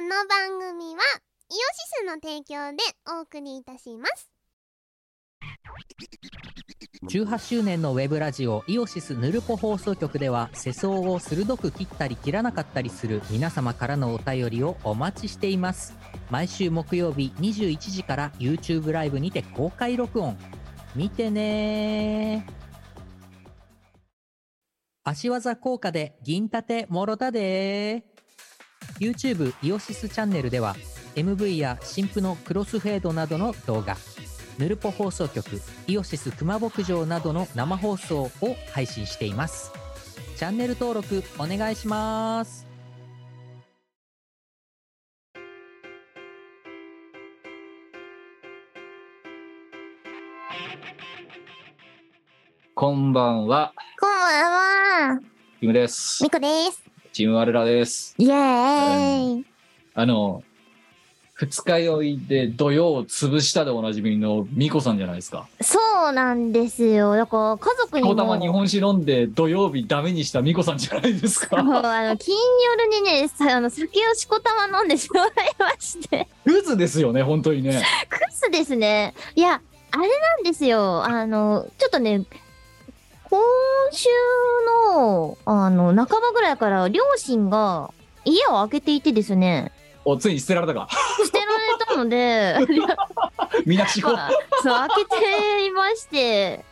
の番組はイオシスの提供でお送りいたします18周年のウェブラジオイオシスヌルポ放送局では世相を鋭く切ったり切らなかったりする皆様からのお便りをお待ちしています毎週木曜日21時から YouTube ライブにて公開録音見てねー足技効果で銀盾もろたでー YouTube イオシスチャンネルでは MV や新婦のクロスフェードなどの動画ヌルポ放送局イオシス熊牧場などの生放送を配信していますチャンネル登録お願いしますこんばんは、こんばんはキムですみ。こですチームワルラです。イエーイあの、二日酔いで土曜を潰したでおなじみのミコさんじゃないですか。そうなんですよだから家族にたもまたま日本酒飲んで土曜日ダメにしたミコさんじゃないですもうか。 あの金夜にねさあの酒をしこたま飲んでしまいまして クズですよね、本当にね。クスですねいやあれなんですよあのちょっとね今週のあの半ばぐらいから両親が家を開けていてです ねお、ついに捨てられたか。捨てられたのでみなしご。まあそう開けていまして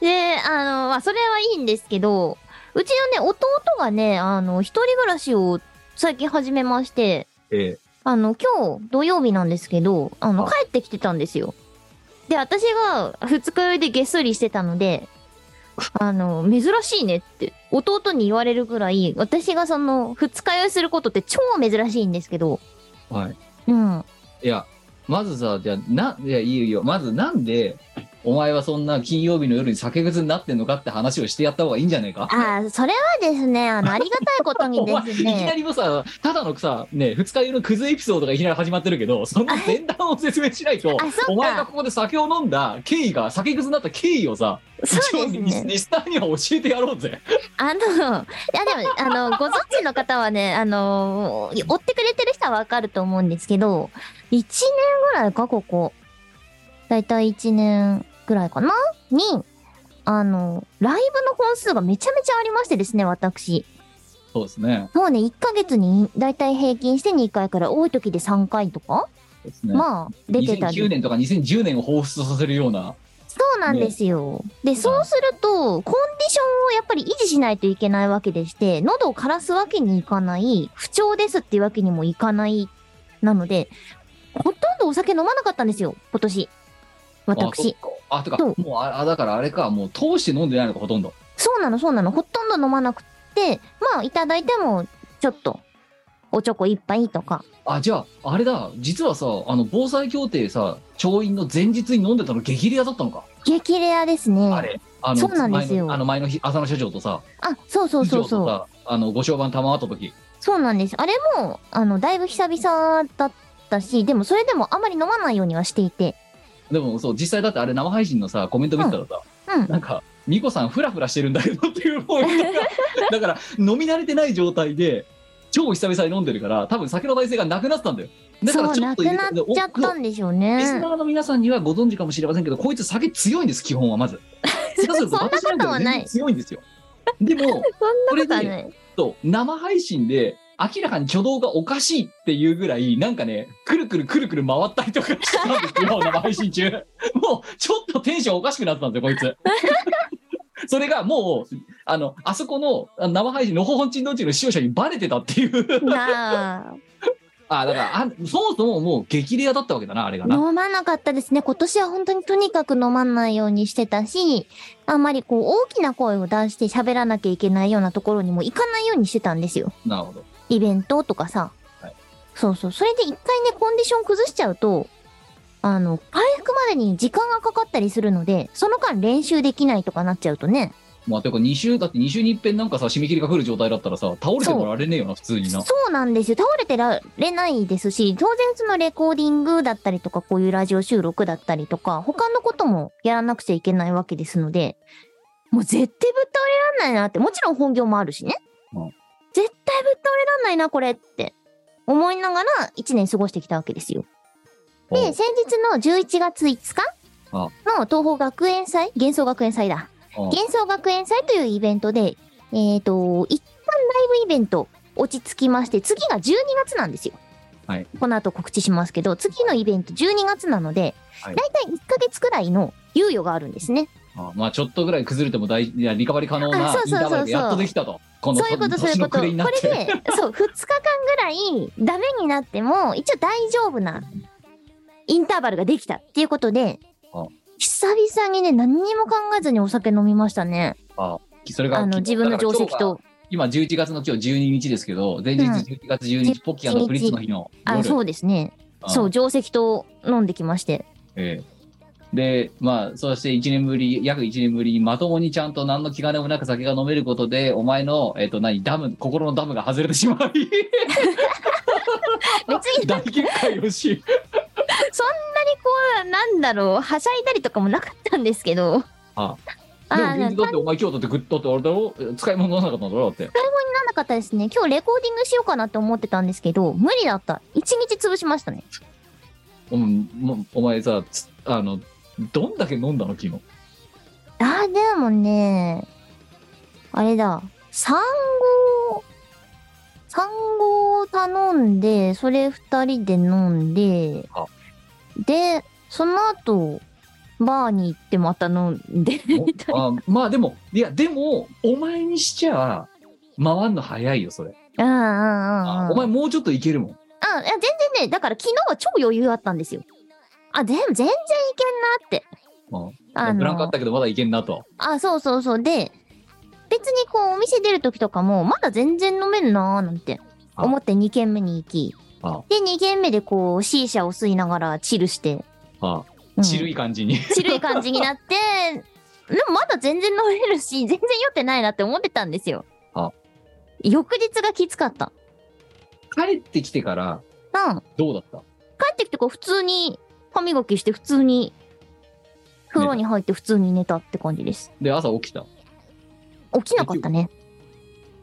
であのまあそれはいいんですけどうちのね弟がねあの一人暮らしを最近始めましてええあの、今日土曜日なんですけど、あの、あ帰ってきてたんですよ。で、私が二日酔いでげっそりしてたので、あの、珍しいねって、弟に言われるぐらい、私がその、二日酔いすることって超珍しいんですけど、はい。うん。いや、まずさ、じゃあな、いや、いいよいいよ。まずなんで、お前はそんな金曜日の夜に酒癖になってんのかって話をしてやった方がいいんじゃねえか。ああ、それはですね、あの、ありがたいことに お前でいすきなね、りもさ、ただのさ、ね、二日酔いのクズエピソードがいきなり始まってるけど、その前段を説明しないとあそっか、お前がここで酒を飲んだ経緯が、酒くずになった経緯をさ、そうです一応リね。リスターには教えてやろうぜ。あの、いやでも、あの、ご存知の方はね、あの、追ってくれてる人はわかると思うんですけど、1年ぐらいか、ここ。だいたい1年ぐらいかなに、あの、ライブの本数がめちゃめちゃありましてですね、私。そうですね。もうね、1ヶ月にだいたい平均して2回から多い時で3回とか、そうですねまあ、出てたり2009。年とか2010年を彷彿とさせるような、そうなんですよ。で、そうすると、コンディションをやっぱり維持しないといけないわけでして、喉を枯らすわけにいかない、不調ですっていうわけにもいかない、なので、ほとんどお酒飲まなかったんですよ、今年。私。あ、とかそう、もうあ、あだからあれか、もう通して飲んでないのか、ほとんど。そうなの、そうなの。ほとんど飲まなくって、まあ、いただいても、ちょっと、おちょこ一杯とか。あ、じゃあ、あれだ、実はさ、あの、防災協定さ、調印の前日に飲んでたの激レアだったのか。激レアですね。あれ、あの、そうなんですよ前のあの前の日、浅野社長とさ、あ、そうそうそうそう。う。あの、ご商売賜った時。そうなんです。あれも、あの、だいぶ久々だったし、でもそれでもあまり飲まないようにはしていて。でも、そう、実際だってあれ生配信のさ、コメント見てたらさ、うん。なんか、ミコさんフラフラしてるんだけどっていうコメン トがだから、飲み慣れてない状態で、超久々に飲んでるから、多分酒の耐性がなくなってたんだよ。だかそらう、ちょなっとく入れなたっちゃったんでしょうね。リそスんナーの皆さんにはご存知かもしれませんけど、こいつ酒強いんです、基本はまず。下手するとそんなこと私なんかよりはな全然い強いんですよ。でも、なことはない。そう生配信で明らかに挙動がおかしいっていうぐらいなんかねくるくるくるくる回ったりとかしてたんですよ生配信中 もうちょっとテンションおかしくなってたんですよこいつ それがもうあのあそこのあの生配信のほほんちんどんちんの視聴者にバレてたっていうなあ、あだ からあそもそももう激レアだったわけだなあれがな飲まなかったですね。今年は本当にとにかく飲まないようにしてたし、あんまりこう大きな声を出して喋らなきゃいけないようなところにも行かないようにしてたんですよ。なるほどイベントとかさ。はいそうそう。それで一回ね、コンディション崩しちゃうと、あの、回復までに時間がかかったりするので、その間練習できないとかなっちゃうとね。まあていうか2週だって2週に一遍なんかさ締め切りが来る状態だったらさ倒れてもられねえよな普通になそうなんですよ。倒れてられないですし、当然そのレコーディングだったりとか、こういうラジオ収録だったりとか、他のこともやらなくちゃいけないわけですので、もう絶対ぶっ倒れらんないなって、もちろん本業もあるしね。うん絶対ぶっ倒れらんないな、これって思いながら1年過ごしてきたわけですよ。おで、先日の11月5日あの東宝学園祭、幻想学園祭だ。お幻想学園祭というイベントで、えっ、と、一旦ライブイベント落ち着きまして、次が12月なんですよ。はいこの後告知しますけど、次のイベント12月なので、はだいいたい1ヶ月くらいの猶予があるんですね。あまあちょっとぐらい崩れても大いやリカバリ可能あなそうイそンうそうそターバうルでやっとできたと。このそういうこと、そういう年このと。こ暮れれになって。で、そう、2日間ぐらいダメになっても、一応大丈夫なインターバルができたっていうことであ、久々にね、何にも考えずにお酒飲みましたね。それがあの、自分の定石。と。今11月の今日12日ですけど、前日うん11月12日、ポッキーのプリッツの日の夜。あ、そうですね。あそう、定石と飲んできまして。ええで、まあ、そして1年ぶり、約1年ぶりにまともにちゃんと何の気兼ねもなく酒が飲めることで、お前の、えっ、と、何、ダム、心のダムが外れてし まい、別 に、大決壊をし、そんなにこう、なんだろう、はしゃいだりとかもなかったんですけど。ああでー、もな全然んかだってお前今日だってグッドってあれだろ使い物にならなかったんだろだって。なかったですね。今日レコーディングしようかなって思ってたんですけど、無理だった。一日潰しましたね。うん、もうお前さ、つあの、どんだけ飲んだの昨日。 あー、でもね、あれだ、産合、産合頼んで、それ二人で飲んであ、で、その後、バーに行ってまた飲んで、 みたいあまあでも、いや、でも、お前にしちゃ、回んの早いよ、それ。な。うんうんうんあうん。お前もうちょっといけるもん。あ、いや、全然ね、だから昨日は超余裕あったんですよ。あ、でも全然いけんなって。ああブランクあっの、たけど、まだいけんなと。あ、そうそうそう。で、別にこう、お店出る時とかも、まだ全然飲めんなーなんてあ思って2軒目に行きあ、で、2軒目でこう、C 社を吸いながらチルして、あうあ、んちるい感じに。 チルい感じになって、 でもまだ全然飲めるし、全然酔ってないなって思ってたんですよあ。翌日がきつかった。帰ってきてから、うん。どうだった帰ってきてこう普通に歯磨きして普通に風呂に入って普通に寝たって感じです。で、朝起きた。起きなかったね。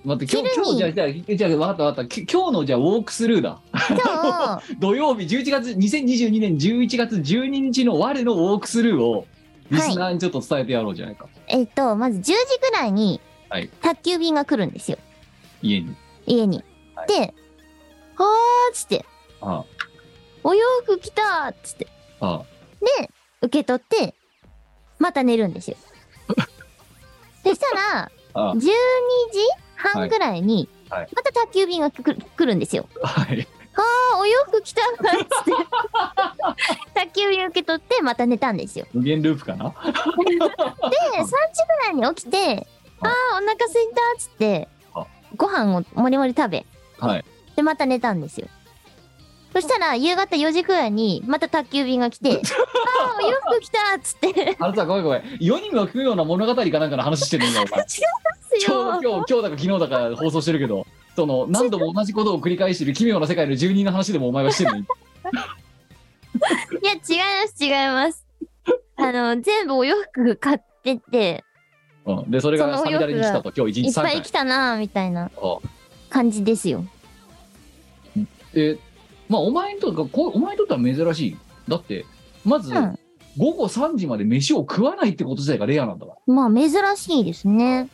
待って、今日、昼今日にじゃあ、じゃあ、じゃあ、わかったわかった。き今日の、じゃあ、ウォークスルーだ。今日、土曜日、11月、2022年11月12日の我のウォークスルーを、リスナーにちょっと伝えてやろうじゃないか。えっと、まず10時ぐらいにはい宅急便が来るんですよ。家に。家に。はいで、はーっつって、あお洋服着たーっつって、あ、ああ。受け取って、また寝るんで すよ。でしたら、ああ12時半ぐらいに、はいはいまた宅急便が来る来るんですよ。はい。あーお洋服着たわっつって 宅急便受け取ってまた寝たんですよ無限ループかなで3時ぐらいに起きてあああーお腹すいたっつってあご飯をもりもり食べはい。でまた寝たんですよそしたら夕方4時くらいにまた宅急便が 来てあーお洋服着たっつってであのさ、ごめんごめん。世にも食うような物語かなんかの話してるんだよ、お前。す 今日、今よ日、今日だか昨日だか放送してるけど、その、何度も同じことを繰り返してる奇妙な世界の住人の話でもお前はしてるのに。いや違います違いますあの全部お洋服買っててうん、で、それがそのサミダレに来たと、今日一日いっ3ぱ回い。来たなーみたいなあ感じですよえまあお前にとってこうお前にとっては珍しいだってまずうん午後3時まで飯を食わないってこと自体がレアなんだかまあ珍しいですね。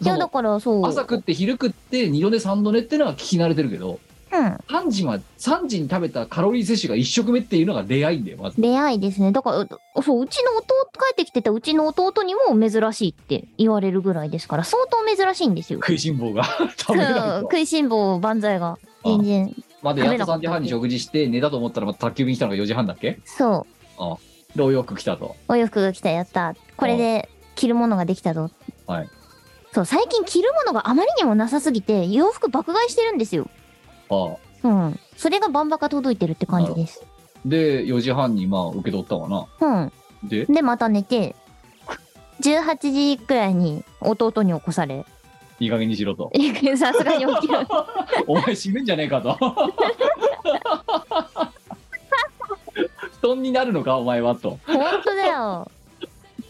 いらやだからそう。朝食って昼食って2度寝3度寝ってのは聞き慣れてるけどうん。 3時まで3時に食べたカロリー摂取が1食目っていうのがレアいんだよまず出会いですね。だから、そう、うちの弟、帰ってきてたうちの弟にも珍しいって言われるぐらいですから、相当珍しいん ですよ。食いしん坊が食べないそとう食いしん坊万歳が。全然。までやっと食べなかった3時半に食事して寝たと思ったらまた宅急便来たのが4時半だっけそでお洋服来たとう。お洋服が来た、やった。これで着るものができたぞ。はい。そう、最近着るものがあまりにもなさすぎて、洋服爆買いしてるんですよ。ああうん。それがバンバカ届いてるって感じです。で4時半にまあ受け取ったわなうん。でで、また寝て、18時くらいに弟に起こされ、 いい加減にしろとさすがに起 きる。お前死ぬんじゃねえかと 布団になるのかお前はとほんとだよ。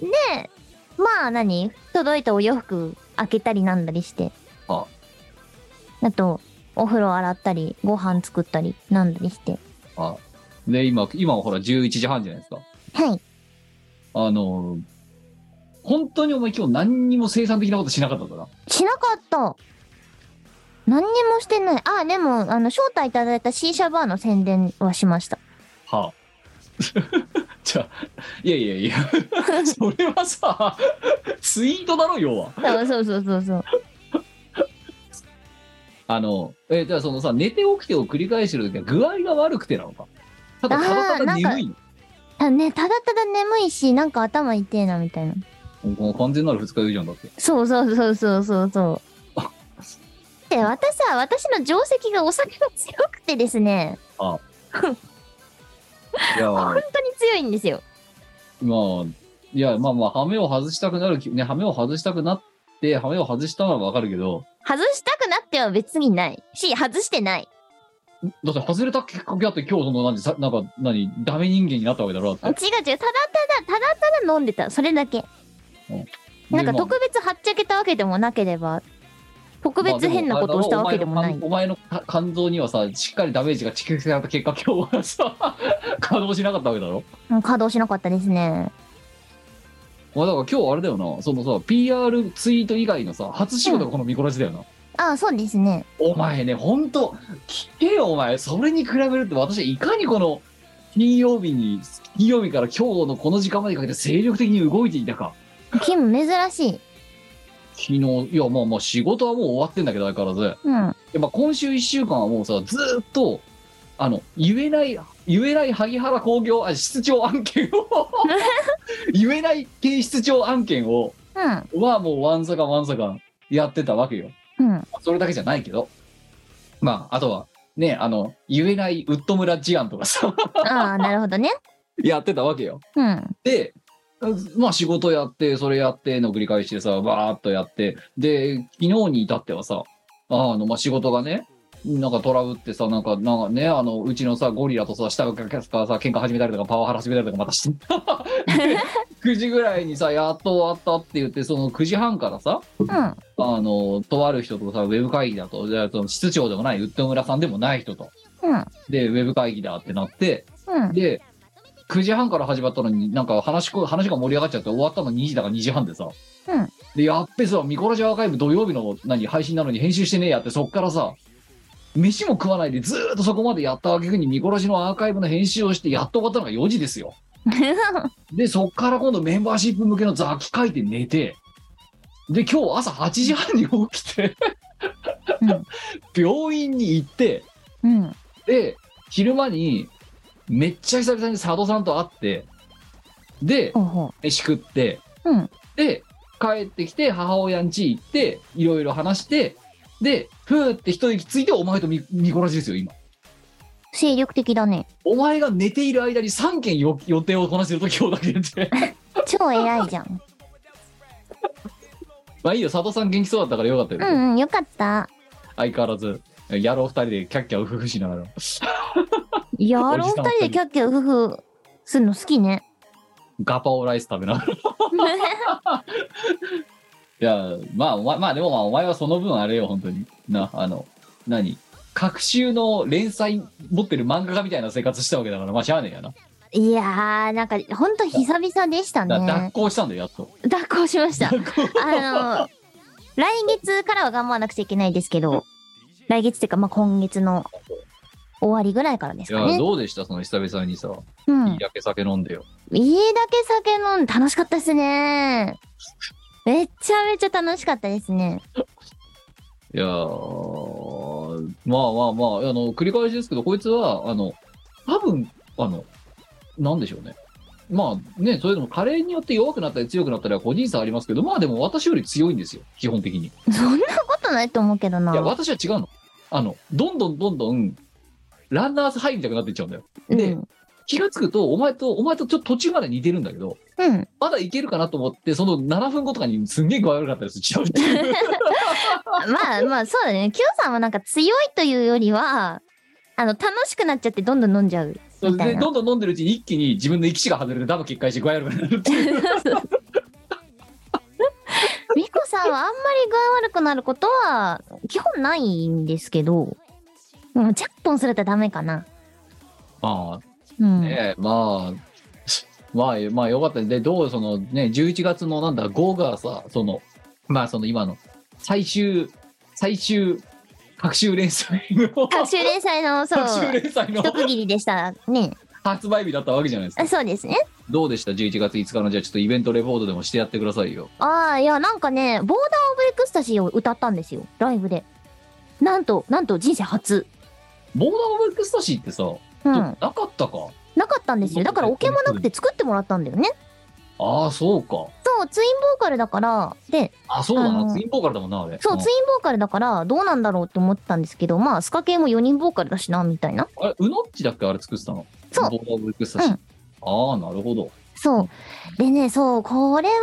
で、まあ何届いたお洋服開けたりなんだりして。ああと、お風呂洗ったり、ご飯作ったり、なんだりして。あで、今、今はほら11時半じゃないですか。はい。あの、本当にお前今日何にも生産的なことしなかったんだな。しなかった何にもしてない。あ、でも、あの、招待いただいたシーシャバーの宣伝はしました。はあ。 じゃあ、いやいやい や、それはさ、ツイートだろ、要は。そうそうそうそうそう。あの、え、じゃあそのさ、寝て起きてを繰り返してる時は具合が悪くてなのか。ただ、ただただ眠いの。あね、ただただ眠いし、なんか頭痛えな、みたいな。もう完全なる二日酔いじゃんだって。そうそうそうそうそうそうあ。で、私は、私の定石がお酒が強くてですね、いや、ま本当に強いんですよ。あ、いや、まあまあ、羽目を外したくなる気、ね、羽目を外したくなって、羽目を外したのはわかるけど、外したくなっては別にないし、外してない。だって外れたきっかけあって、今日その何、さなんか、何、ダメ人間になったわけだろ、違だう違っう、ただただ、ただただ飲んでた。それだけ。て。なんかでまあ特別はっちゃけたわけでもなければ、特別変なことをしたわけでもない。まあでもあれだろお前の肝お前の肝臓にはさ、しっかりダメージが蓄積された結果、今日はさ、稼働しなかったわけだろ。うん稼働しなかったですね。まあ、だから今日あれだよな、そのさ、PR ツイート以外のさ、初仕事がこの見こらしだよな。ああ、そうですね。お前ね、ほんと、聞けよ、お前。それに比べると、私はいかにこの、金曜日に、金曜日から今日のこの時間までかけて精力的に動いていたか。キム、珍しい。昨日、いや、まあまあ仕事はもう終わってんだけど、相変わらず。うん。やっぱ今週1週間はもうさ、ずーっと、あの、言えない、言えない萩原工業、あ、室長案件を、言えない警室長案件を、うん。はもうわんさかわんさかやってたわけよ。うん。それだけじゃないけど。まあ、あとは、ね、あの、言えないウッド村事案とかさ、 ああ、なるほどね。やってたわけよ。うん。で、まあ仕事やって、それやっての繰り返しでさ、バーっとやって、で、昨日に至ってはさ、あの、まあ仕事がね、なんかトラブってさ、なんか、なんかね、あの、うちのさ、ゴリラとさ、下がさ、喧嘩始めたりとか、パワハラ始めたりとか、またして、 で9時ぐらいにさ、やっと終わったって言って、その9時半からさ、うん。あの、とある人とさ、ウェブ会議だと、じゃあその室長でもない、ウッド村さんでもない人と。うん。で、ウェブ会議だってなって、うん。 で、9時半から始まったのに、なんか話こ、話が盛り上がっちゃって終わったの2時だから2時半でさ。うんで、やっべさ、ミコラジアアーカイブ土曜日の何、配信なのに編集してねえやって、そっからさ、飯も食わないでずーっとそこまでやった挙句にミコラジのアーカイブの編集をして、やっと終わったのが4時ですよ。で、そっから今度メンバーシップ向けの雑記書いて寝て、で、今日朝8時半に起きて、うん 病院に行って、うん。で、昼間に、めっちゃ久々に佐渡さんと会って、でほ、うほ飯食って、う。うん。で、帰ってきて、母親ん家行って、いろいろ話して、で、ふーって一息ついて、お前とみ見殺しですよ、今。精力的だね。お前が寝ている間に3件よ予定をこなしてると今日だけで。 超偉いじゃん。まあいいよ、佐藤さん元気そうだったからよかったよ。うんうん、よかった。相変わらず、野郎二人でキャッキャウフフしながら。やろう、おじさ二ん人でキャッキャウフフするの好き ね。ガパオライス食べながら。いや、まあ、お前まあ、でもまあ、お前はその分あれよ、本当に。な、あの、何各週の連載持ってる漫画家みたいな生活したわけだから、まあ、しゃあねえやな。いやー、なんか、ほんと久々でしただ脱ね。行したんだよ、やっと。脱行しました。脱行。あの、来月からは頑張らなくちゃいけないですけど、来月っていうか、まあ、今月の終わりぐらいからですかいや、ね。どうでしたその久々にさ、うん。いいだけ酒飲んでよ。いいだけ酒飲んで楽しかったですね。めっちゃめちゃ楽しかったですね。いやー、まあまあまあ、あの、繰り返しですけど、こいつは、あの、多分、あの、なんでしょうね。まあね、それでも加齢によって弱くなったり強くなったりは個人差ありますけど、まあでも私より強いんですよ、基本的に。いそんなことないと思うけどな。や、私は違うの。あの、どんどんどんどん、ランナーズハイみたくなっていっちゃうんだよ。うん、で気がつくと、お前と、お前とちょっと途中まで似てるんだけど、うん。まだいけるかなと思って、その7分後とかにすんげえ具合悪かったり するちゃうっていう。まあまあ、そうだね。キヨさんはなんか強いというよりは、あの、楽しくなっちゃってどんどん飲んじゃう。みたいでなどんどん飲んでるうちに一気に自分の生き死が外れてダブ決壊して具合悪くなるっていうミコさんはあんまり具合悪くなることは基本ないんですけど、もうジャンポンするとダメかな。ま うん。あね、まあ、まあ、まあよかったですで、どう、そのね、11月のなんだ、5がさ、その、まあその今の、最終、最終、各週連載の、学習連載の、そう、 各週連載の一区切りでしたね。発売日だったわけじゃないですかあ。そうですね。どうでした ?11 月5日の、じゃあちょっとイベントレポートでもしてやってくださいよ。ああ、いや、なんかね、ボーダーオブエクスタシーを歌ったんですよ。ライブで。なんと、なんと人生初。ボーダーオブエクスタシーってさ、うん。なかったか。なかったんですよ。だからオケもなくて作ってもらったんだよね。ああ、そうか。そう、ツインボーカルだから、で、あ、そうだあな。のツインボーカルだもんな、あれ。そう、んツインボーカルだから、どうなんだろうって思ってたんですけど、まあ、スカ系も4人ボーカルだしな、みたいな。あれ、うのっちだっけあれ作ってたの。そうボーダーオブエクスタシー。うんああ、なるほど。そう。でね、そう、これは、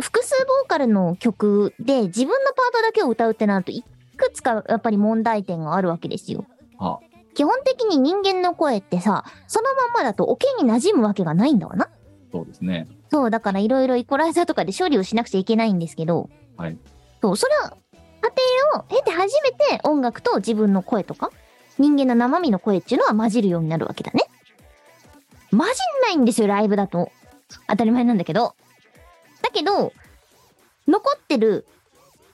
複数ボーカルの曲で、自分のパートだけを歌うってなると、いくつかやっぱり問題点があるわけですよ。は基本的に人間の声ってさ、そのまんまだとオケに馴染むわけがないんだわな。そうですね。そう、だからいろいろイコライザーとかで処理をしなくちゃいけないんですけど、はい。そう、それは、過程を経て初めて音楽と自分の声とか、人間の生身の声っていうのは混じるようになるわけだね。混じんないんですよ、ライブだと。当たり前なんだけど。だけど、残ってる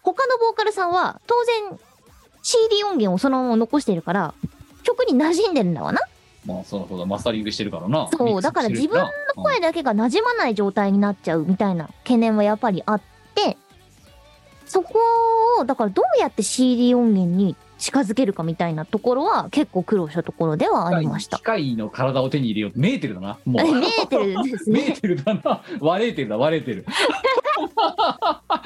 他のボーカルさんは、当然 CD 音源をそのまま残してるから、曲に馴染んでるんだわな。まあ、そうだそうだ。マスタリングしてるからな。そうミックスだからしてるしな声だけが馴染まない状態になっちゃうみたいな懸念はやっぱりあって、そこを、だからどうやって CD 音源に近づけるかみたいなところは結構苦労したところではありました機。械の体を手に入れよう。メーテルだな。もメう。ーテルですメーね。テルだな。割れてるだ、割れて る。 あ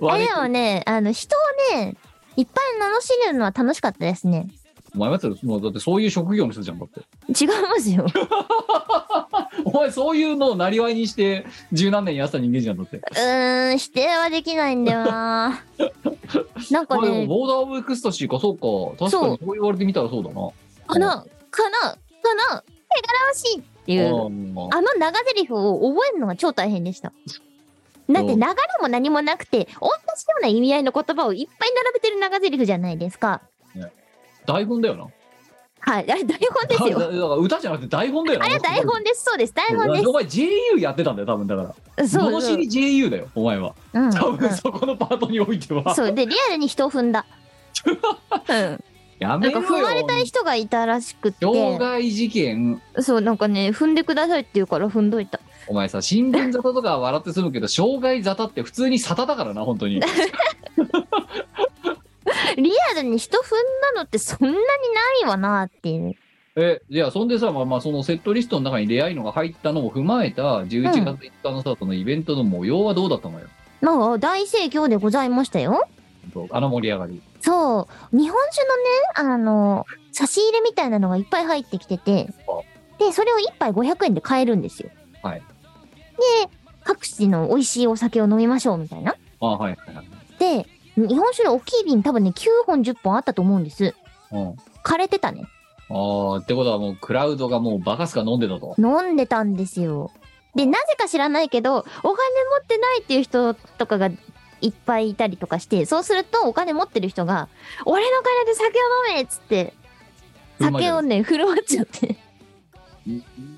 割れれてはる。ね、あの人をね、いっぱい罵るのは楽しかったですね。お前はそれもうだってそういう職業の人じゃん、だって。違いま すよ。お前そういうのをなりわいにして十何年やってた人間じゃんだって。うーん、否定はできないんだよな。なんかまあでもね、ボーダーオブエクスタシーかそうか確かにそう言われてみたらそうだな。かな、かな、かな、手柄惜しいっていう。うんあの長台詞を覚えるのが超大変でした。だって流れも何もなくて、同じような意味合いの言葉をいっぱい並べてる長台詞じゃないですか。台本だよな。はい、あれ台本です だ よ。だから歌じゃなくて台本だよな。あれは台本です。そうです。台本でお前 JU やってたんだよ多分だから。す。そう物知り JU だよお前は。うん多う分そこのパートにおいてはん。。そう。で、リアルに人を踏ん だ。うん。やなめんかろよ。踏まれたい人がいたらしくて、障害事件。そう、なんかね、踏んでくださいって言うから踏んどいた。お前さ新聞沙汰とかは笑って済むけど障害沙汰って普通に沙汰だからな本 当に。リアルに人踏んだのってそんなにないわなっていう。え、じゃあ、そんでさ、まあ、まあそのセットリストの中に出会いのが入ったのを踏まえた、11月5日のさ、そのイベントの模様はどうだったのよ。なんか大盛況でございましたよ。本当あの盛り上がり。そう、日本酒のね、あの、差し入れみたいなのがいっぱい入ってきててあ、で、それを1杯500円で買えるんですよ。はいで、各地の美味しいお酒を飲みましょうみたいな。あはいはいはい。で、日本酒の大きい瓶多分ね、9本10本あったと思うんです。うん。枯れてたね。ああ、ってことはもう、クラウドがもうバカすか飲んでたと。飲んでたんですよ。で、なぜか知らないけど、お金持ってないっていう人とかがいっぱいいたりとかして、そうするとお金持ってる人が、俺の金で酒を飲めっつって、酒をね、振る舞っちゃって。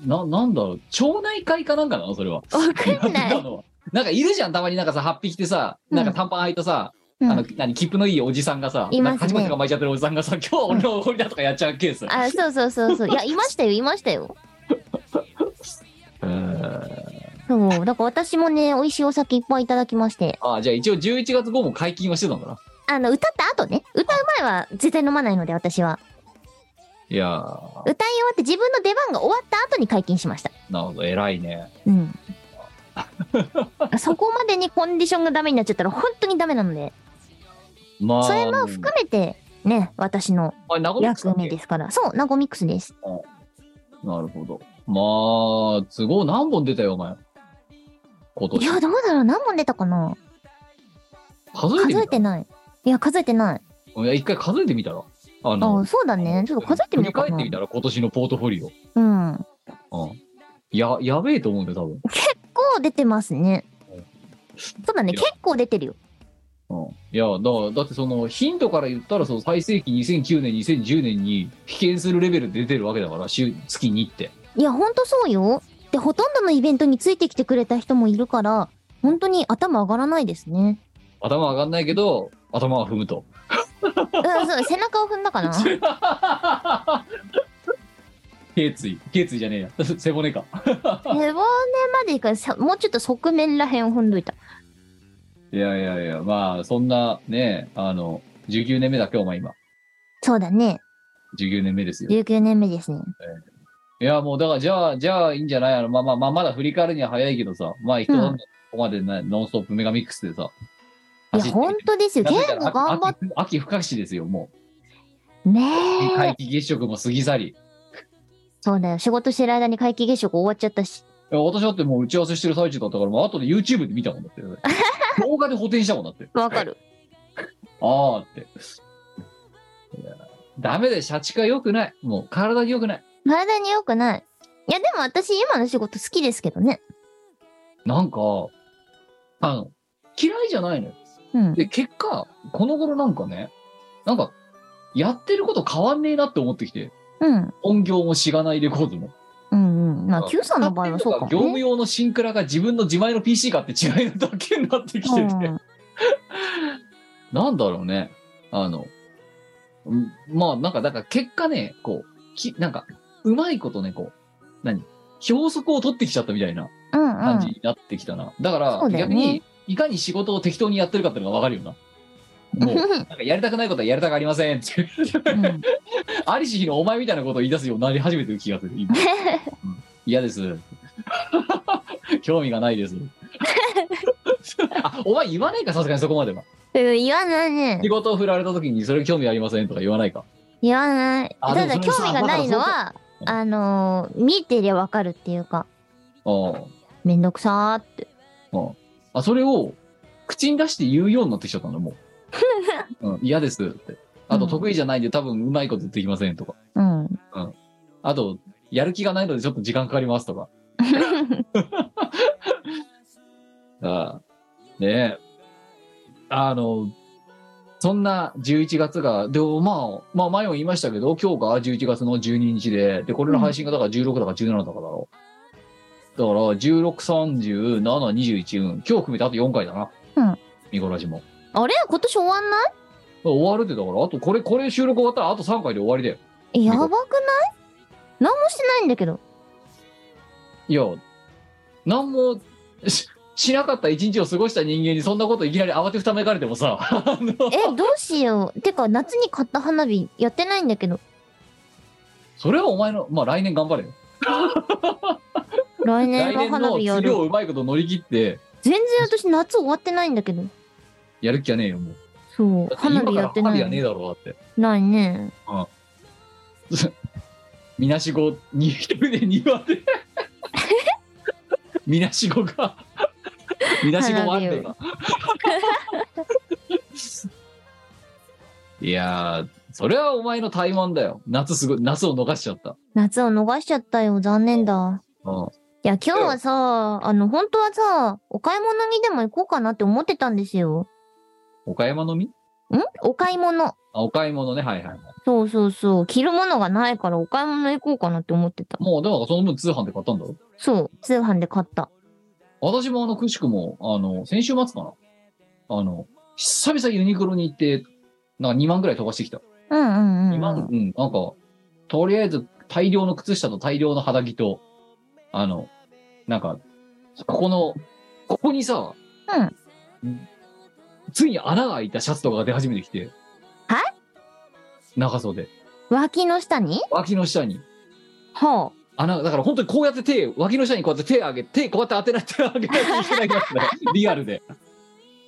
な、なんだろう、町内会かなんかなのそれは。わかんなやってたい。のはなんかいるじゃん、たまになんかさ、8匹来てさ、なんか短パン履いたさ、うんあの、何、切符のいいおじさんがさ、いまなすねんかカチコチとか巻いちゃってるおじさんがさ、今日は俺のおごりだとかやっちゃうケース。あ、そうそうそうそう。いや、いましたよ、いましたよ。えーそう。だから私もね、美味しいお酒いっぱいいただきまして。あーじゃあ一応11月号も解禁はしてたんだな。あの、歌った後ね。歌う前は絶対飲まないので、私は。いやー、歌い終わって自分の出番が終わった後に解禁しました。なるほど、偉いね。うん。 そこまでにコンディションがダメになっちゃったら本当にダメなので、まあ、それも含めて、ね、私のあ、ナゴミックスだ役っけ目ですから。そう、ナゴミックスです。なるほど。まあ、都合何本出たよ、お前。今い年。や、どうだろう何本出たかな数えて数みえてない。いや、数えてない。たいや、一回数えてみたら。あの、あそうだね。ちょっと数えてみようか振り返ってなみ。たら、今年のポートフォリオ。うん。うん。や、やべえと思うんだよ、多分。結構出てますねうん。そうだね。いや結構出てるよ。うん、いやだだってその頻度から言ったらその最盛期2009年2010年に危険するレベルで出てるわけだから週月にっていや、ほんとそうよ。で、ほとんどのイベントについてきてくれた人もいるから、本当に頭上がらないですね。 頭上がんないけど頭は踏むとうん、そう、背中を踏んだかな。 頸椎頸椎じゃねえや 背骨か背骨までいくさもうちょっと側面らへんを踏んどいた。いやいやいやまあそんなねあの19年目だっけお前今そうだね。 19年目ですよ19年目ですね。いや、もう、だから、じゃあ、じゃあ、いいんじゃないあの、まあまあ、まあ、まだ振り返るには早いけどさ、まあ、一うんここまでな、ノンストップメガミックスでさ、いや、走ってほんとですよ。ゲなぜーかム頑張っ秋秋秋深しですよ、もて。ねう。え。皆既月食も過ぎ去り。そうだよ。仕事してる間に皆既月食終わっちゃったし。いや私だってもう打ち合わせしてる最中だったから、もう後で YouTube で見たもんだ って。動画で補填したもんだって。わかる。あーって。いやダメで、社畜は良くない。もう、体に良くない。体に良くない。いや、でも私今の仕事好きですけどね。なんか、あの、嫌いじゃないのよ。うん。で、結果、この頃なんかね、なんか、やってること変わんねえなって思ってきて、うん。音業もしがないレコードも。うんうん。まあ、Q さんの場合はそうかも業務ね。用のシンクラが自分の自前の PC 買って違いだけになってきてて、うんなんだろうね、あの、うんまあなんか、だから結果ね、こう、きなんか、うまいことね、こう、何標則を取ってきちゃったみたいなうんう感じん。になってきたな。だから、そうだよ逆ねに、いかに仕事を適当にやってるかっていうのがわかるよな。もう、 なんかやりたくないことはやりたくありませんっていう。 うんありし日のお前みたいなことを言い出すようになり始めてる気がする。 今うん嫌です。 興味がない です。あお前言わないか、さすがにそこまでは。うん言わないね仕。事を振られた時にそれ興味ありませんとか言わないか。言わない。あたでもだ興それさ味がないのは、まだそうかあのー、見てりゃわかるっていうか、あめんどくさーって。あ、それを口に出して言うようになってきちゃったの、も う。うん、嫌ですって。あと、うん得意じゃないんで多分うまいことできませんとか。うん。あと、やる気がないのでちょっと時間かかりますと か。ああねえ。あの、そんな11月が、でもまあ、まあ前も言いましたけど、今日が11月の12日で、で、これの配信がだから16だか17だかだろう。だから、16、30、7、21、うん、今日含めてあと4回だな。うん。ミコラジも。あれ今年終わんない終わるでだから、あとこれ、これ収録終わったらあと3回で終わりだよ。えやばくない何もしてないんだ けど。いや、なんもししなかった一日を過ごした人間にそんなこといきなり慌てふためかれてもさ、 あのえ、どうしよう。てか、夏に買った花火やってないんだけど。それはお前の、まあ来年頑張れよ。来年来は年花の火や治る療。をうまいこと乗り切って、全然私夏終わってないんだけど。やる気はねえよ、もう。そう。だって花火やって今から花な火はねえい。だろ、だって。ないね。みなしご、に、一人で2話 で。みなしごが、みなしごワンデーが。 いやー、それはお前の怠慢だよ。夏すごい、夏を逃しちゃった。夏を逃しちゃったよ。残念だ。うん。いや、今日はさ、あの、本当はさ、お買い物にでも行こうかなって思ってたんですよ。岡山のみんお買い物。あ、お買い物ね、はいはいはい。そうそうそう。着るものがないからお買い物行こうかなって思ってた。もう、だからその分通販で買ったんだろそう。通販で買った。私もあの、くしくも、あの、先週末かなあの、久々ユニクロに行って、なんか2万ぐらい飛ばしてきた。うんうんうん。 2万、うん、なんか、とりあえず大量の靴下と大量の肌着と、あの、なんか、ここの、ここにさ、うん。ついに穴が開いたシャツとかが出始めてきて。は長袖。脇の下に脇の下に。は穴が、だから本当にこうやって手、脇の下にこうやって手上げて、手こうやって当てられて上げないといけないやつだよ リアルで。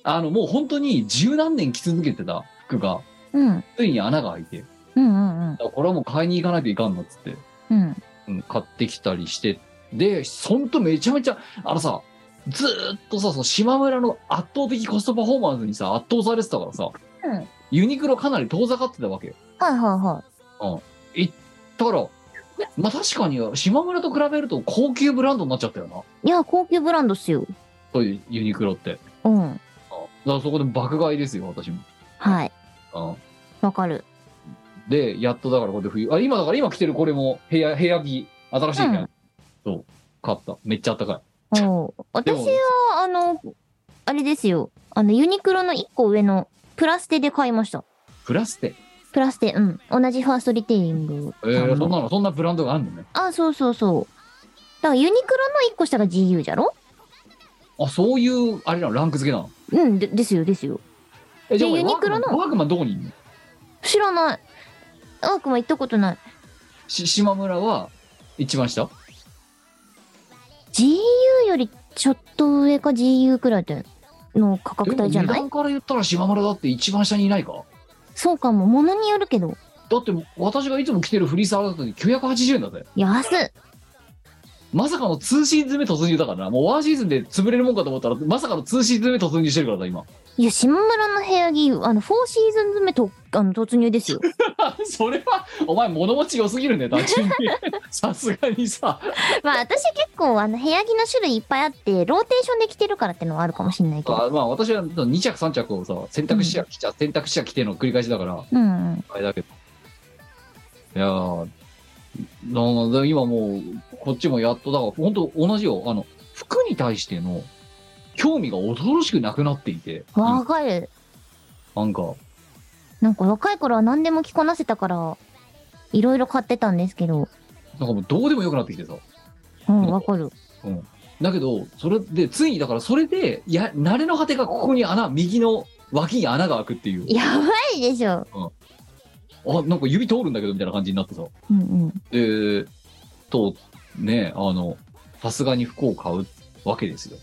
あの、もう本当に十何年着続けてた服が、あ。うん。ついに穴が開いて、うんうんうんだ。からこれはもう買いに行かなきゃいかんのっつって、うん。うん、買ってきたりして、で、ほんとめちゃめちゃ、あのさ、ずーっとさ、その島村の圧倒的コストパフォーマンスにさ、圧倒されてたからさ、うんユニクロかなり遠ざかってたわけよ。はいはいは行ったら、まあ確かに島村と比べると高級ブランドになっちゃったよな。い。いや、高級ブランドっすよ。そういうユニクロって。うん。からそこで爆買いですよ、私も。はい。うんわかる。で、やっとだからこれで冬。あ、今だから今着てるこれも部屋、部屋着、新しい部屋、うんそう。買った。めっちゃあったかおう私は、あの、あれですよ。あの、ユニクロの1個上のプラステで買いました。い。プラステ。プラステ、うん。同じファーストリテイリング。えー、そんなの、そんなブランドがあるのね。あ、そうそうそう。だからユニクロの1個下が GU じゃろあ、そういう、あれなの、ランク付けなの。うんで、ですよ、ですよ。え、でユニクロのワークマンどこにいんの知らない。ワークマン行ったことない。し島村は、一番下 GU よりちょっと上か GU くらいでの価格帯じゃなでも値い段から言ったら島村だって一番下にいないかそうかも。物によるけど。だって、私がいつも着てるフリーサーだった時980円だぜ。安っまさかの2シーズン目突入だからな。もうワンシーズンで潰れるもんかと思ったら、まさかの2シーズン目突入してるからさ、今。いや、島村の部屋着、あの、4シーズン目と、あの、突 入ですよ。それはお前物持ち良すぎるね単 純にさすがにさまあ、私結構、あの、部屋着の種類いっぱいあって、ローテーションで着てるからってのはあるかもしんないけど。あまあ私は2着3着をさ選択肢や来ちゃ選択肢や来ての繰り返しだからうんうん。あれだけどいやーなんか今もうこっちもやっとだから本当同じよあの服に対しての興味が恐ろしくなくなっていてわかる。なんかなんか若い頃は何でも着こなせたから、いろいろ買ってたんですけど。なんかもうどうでもよくなってきてさうん、わかる。だけどそれでついにだからそれでいや慣れの果てがここに穴右の脇に穴が開くっていうやばいでしょ。あなんか指通るんだけどみたいな感じになってさうんうん。で、と、ね、あの、さすがに服を買うわけですよ。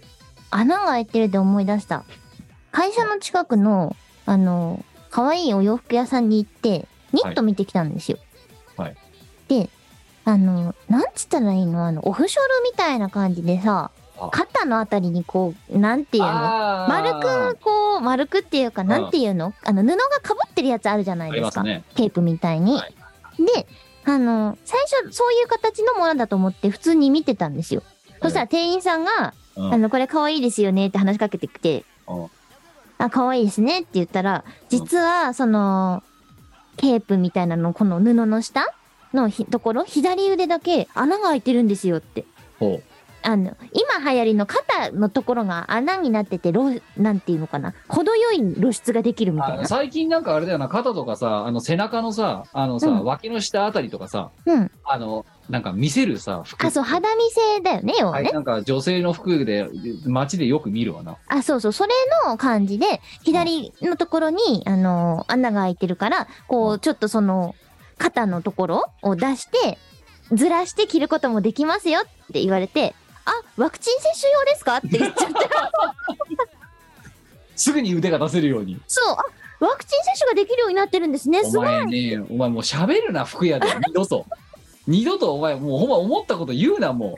穴が開いてるで思い出した。会社の近くの、あの、可愛いお洋服屋さんに行って、ニット見てきたんですよ。はいはいで、あの、なんつったらいいのあの、オフショルみたいな感じでさあ、肩のあたりにこう、なんていうのあ丸く、こう、丸くっていうか、んなんていうのあの、布がかぶってるやつあるじゃないあでりますすか。ね。テープみたいに。はいで、あの、最初、そういう形のものだと思って、普通に見てたんですよ。そしたら店員さんが、うんあの、これ可愛いですよねって話しかけてきてうん、あ、可愛いですねって言ったら、実は、その、ケープみたいなの、この布の下のひところ、左腕だけ穴が開いてるんですよって。ほあの、今流行りの肩のところが穴になってて、露なんていうのかな。程よい露出ができるうみたいあな。最近なんかあれだよな、肩とかさ、あの背中のさ、あのさ、うん脇の下あたりとかさ、うん。あの、なんか見せるさ、服。あ、そう、肌見せだよね、要ははいね。なんか女性の服で、街でよく見るわな。あ、そうそう、それの感じで、左のところに、あの、穴が開いてるから、こうう、ちょっとその、肩のところを出して、ずらして着ることもできますよって言われて、あ、ワクチン接種用ですかって言 っちゃった。すぐに腕が出せるように。そう、あ、ワクチン接種ができるようになってるんですね。おすごい。前ね、お前もう喋るな、服屋で。二度と。二度とお前、もうほんま思ったこと言うな、も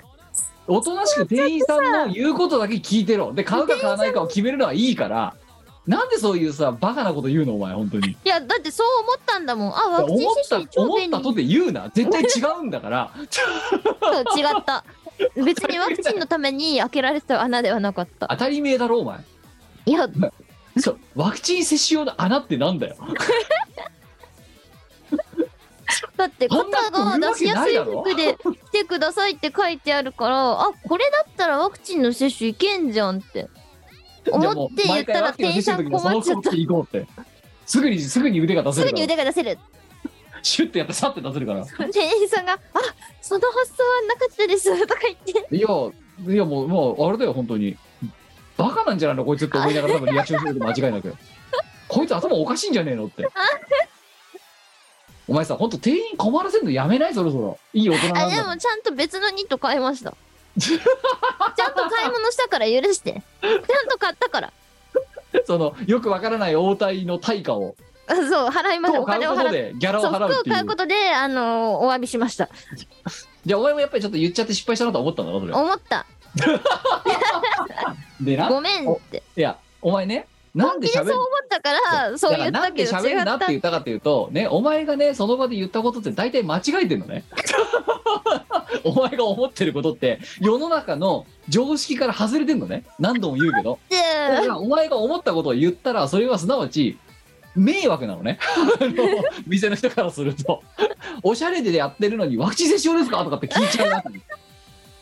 う。おとなしく店員さんの言うことだけ聞いてろ。で、買うか買わないかを決めるのはいいから。なんでそういうさ、バカなこと言うの、お前、本当に。いや、だってそう思ったんだもん。あ、ワクチ思ンっ接種た、超思っ便利た。とて言うな。絶対違うんだから。 そう違った。別にワクチンのために開けられてた穴ではなかった。当たり前だろ、お前。いや、そう、ワクチン接種用の穴ってなんだよ。だって肩が出しやすい服で来てくださいって書いてあるからあこれだったらワクチンの接種いけんじゃんって思って言ったら店員さん困っちゃったて行こうって。すぐに、すぐに腕が出せするかぐにら。腕が出せるシュッてやって、さって出せるから。店員さんが「あその発想はなかったです」とか言っていや、いやもう、もう、あれだよ、本当に。バカなんじゃないの、こいつって思いながら、多分リアクションすると間違いなく。 こいつ頭おかしいんじゃねえのって。お前さ、本当店員困らせるのやめない、そろそろ。いい大人なあんでだかもちゃんと別のニット買いましたちゃんと買い物したから許してちゃんと買ったからら。その、よくわからない応対の対価を。あそう払いまし服たおを買金うをこと払ってで、ギャラをそう服払うっをてい買ううこ。とであのーお詫びしましたじゃあ、お前もやっぱりちょっと言っちゃって失敗したなと思ったんだろ、それ。思ったでな、ごめんっていや、お前ね、なんででそう喋る思ったからそう言ったけどだからなんで喋違るなっってた言ったかっていうとねお前がねその場で言ったことって大体間違えてんのね お前が思ってることって世の中の常識から外れてんのね何度も言うけどだからお前が思ったことを言ったらそれはすなわち迷惑なのね あの店の人からするとおしゃれでやってるのにワクチン接種用ですかとかって聞いちゃうわけです